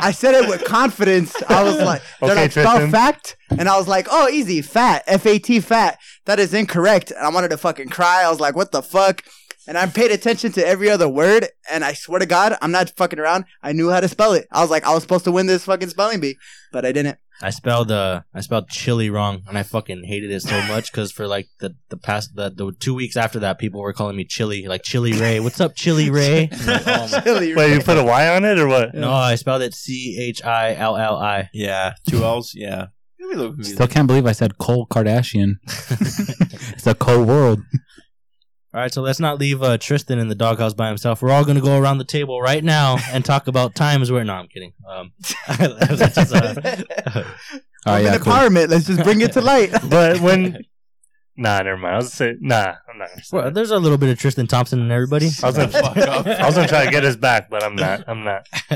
S4: I said it with confidence. I was like, did
S6: Okay,
S4: I spell
S6: Tristan.
S4: fact? And I was like, oh, easy, fat. F A T, fat. That is incorrect. And I wanted to fucking cry. I was like, what the fuck? And I paid attention to every other word. And I swear to God, I'm not fucking around. I knew how to spell it. I was like, I was supposed to win this fucking spelling bee, but I didn't.
S3: I spelled uh, I spelled chili wrong, and I fucking hated it so much because for like the the past the, the two weeks after that, people were calling me chili, like chili Ray. What's up, chili Ray? I'm like, oh
S5: Um,
S3: my-
S4: Really,
S6: Wait, you put a Y on it or what?
S3: no, I spelled it C H I L L I.
S5: yeah. Two L's. Yeah.
S1: Still can't believe I said Cole Kardashian. it's a cold world.
S3: All right, so let's not leave uh, Tristan in the doghouse by himself. We're all gonna go around the table right now and talk about times where. No, I'm kidding. Um, let's just, uh,
S6: Oh,
S1: All right,
S4: Women
S1: Oh, yeah, cool.
S4: empowerment. Let's just bring it to light.
S6: But when. Nah, never mind. I was gonna say, nah, I'm not. Gonna say
S3: well,
S6: that.
S3: there's a little bit of Tristan Thompson in everybody.
S6: I was gonna,
S5: Fuck up.
S6: I was gonna try to get us back, but I'm not. I'm not.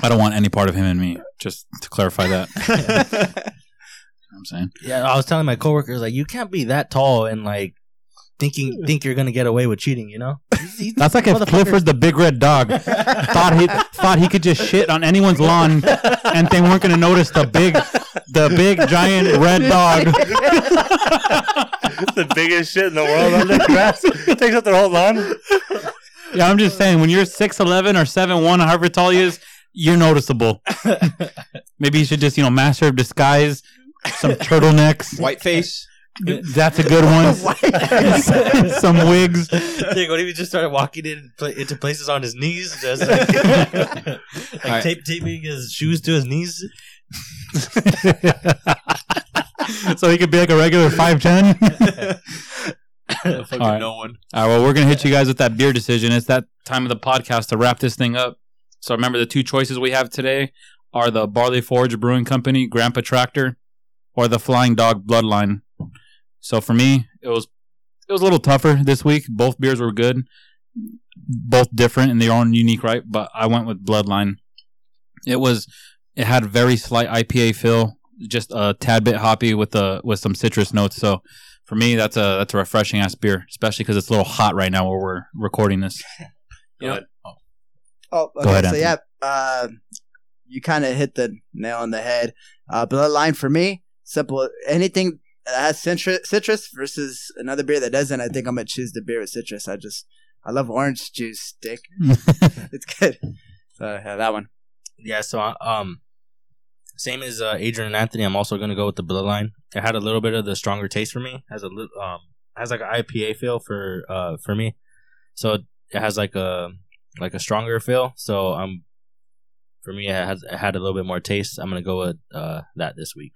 S1: I don't want any part of him in me. Just to clarify that. what I'm saying?
S3: Yeah, I was telling my coworkers like you can't be that tall and like thinking think you're gonna get away with cheating. You know,
S1: That's like if Clifford the big red dog thought he thought he could just shit on anyone's lawn and they weren't gonna notice the big the big giant red dog.
S6: the biggest shit in the world on the grass. Takes up their whole lawn.
S1: Yeah, I'm just saying when you're six eleven or seven one, however tall he is, you're noticeable. Maybe you should just, you know, master of disguise, some turtlenecks.
S5: Whiteface.
S1: That's a good one. some wigs.
S3: Dude, what if he just started walking in pla- into places on his knees, just like, like
S5: Alright.
S3: tape taping his shoes to his knees?
S1: so he could be like a regular five ten.
S5: Fucking
S1: Alright.
S5: no one.
S1: All right, well, we're going to hit you guys with that beer decision. It's that time of the podcast to wrap this thing up. So remember, the two choices we have today are the Barley Forge Brewing Company Grandpa Tractor or the Flying Dog Bloodline. So for me, it was it was a little tougher this week. Both beers were good, both different in their own unique right, but I went with Bloodline. It was it had very slight IPA feel, just a tad bit hoppy with a with some citrus notes. So for me, that's a that's a refreshing ass beer, especially because it's a little hot right now where we're recording this.
S4: Oh, okay.
S1: ahead,
S4: so
S1: Anthony.
S4: yeah, uh, you kind of hit the nail on the head. Uh, bloodline for me, simple. Anything that has citrus, citrus versus another beer that doesn't, I think I'm gonna choose the beer with citrus. I just, I love orange juice, dick. it's good. So yeah, that one.
S3: Yeah, so uh, um, same as uh, Adrian and Anthony, I'm also gonna go with the Bloodline. It had a little bit of the stronger taste for me. Has a little um, has like an IPA feel for uh for me. So it has like a like a stronger feel. So um, for me, it has it had a little bit more taste. I'm gonna go with uh that this week.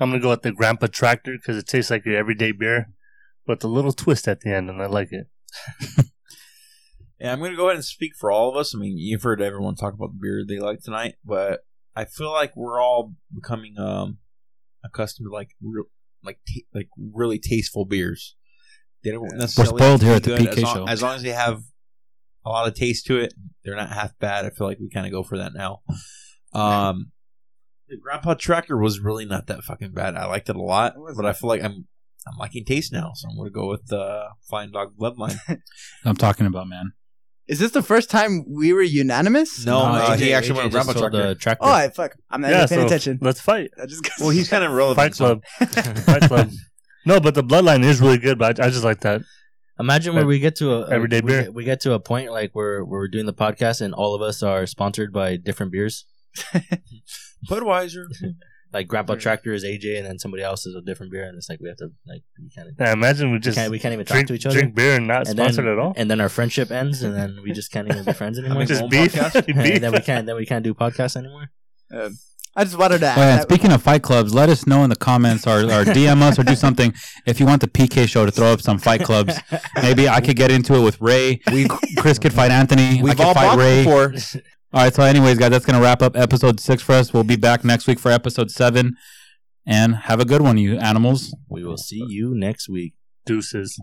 S6: I'm gonna go with the Grandpa Tractor because it tastes like your everyday beer, but the little twist at the end, and I like it.
S5: Yeah, I'm gonna go ahead and speak for all of us. I mean, you've heard everyone talk about the beer they like tonight, but I feel like we're all becoming um accustomed to like real, like ta- like really tasteful beers. They don't necessarily
S1: spoiled here
S5: be
S1: at the
S5: good
S1: PK
S5: as long,
S1: show.
S5: As long as they have a lot of taste to it, they're not half bad. I feel like we kind of go for that now. Um, the Grandpa Tracker was really not that fucking bad. I liked it a lot, but I feel like I'm I'm liking taste now, so I'm gonna go with uh, Flying Dog Bloodline.
S1: I'm talking about man.
S4: Is this the first time we were unanimous?
S5: No,
S3: Uh,
S5: uh, he
S3: AJ
S5: actually went with
S3: just
S5: Grandpa
S3: sold
S5: Tracker.
S3: the tractor.
S4: Oh, I fuck. I'm not even paying
S6: so
S4: attention.
S6: Let's fight.
S4: I just
S5: Well, he's kind of relevant.
S6: Fight
S5: so-
S6: Club. Fight Club. No, but the bloodline is really good. But I, I just like that.
S3: Imagine when
S6: Ev-
S3: we get to a
S6: everyday
S3: we
S6: beer.
S3: Get, we get to a point like where where we're doing the podcast and all of us are sponsored by different beers.
S5: Budweiser.
S3: Like
S6: Mm.
S3: Grandpa Tractor is AJ, and then somebody else is a different beer, and it's like we have to like we can't
S6: Yeah, imagine we
S3: we
S6: just
S3: can't, we can't even
S6: drink,
S3: talk to each other.
S6: drink beer and not
S3: And
S6: sponsored
S3: then-
S6: at all.
S3: And then our friendship ends, and then we just can't even be friends anymore.
S5: mean,
S6: just
S5: one
S6: beef.
S5: podcast.
S6: beef.
S3: and then we can't then we can't do podcasts anymore.
S4: I just wanted to.
S1: Oh, yeah,
S4: add
S1: and speaking of fight clubs, let us know in the comments or, or DM us or do something if you want the PK show to throw up some fight clubs. Maybe I could get into it with Ray. We, Chris could fight Anthony. I
S5: We've
S1: could
S5: all
S1: fight
S5: bought
S1: Ray.
S5: before.
S1: All right. So, anyways, guys, that's gonna wrap up episode six for us. We'll be back next week for episode seven, and have a good one, you animals.
S3: We will see you next week.
S6: Deuces.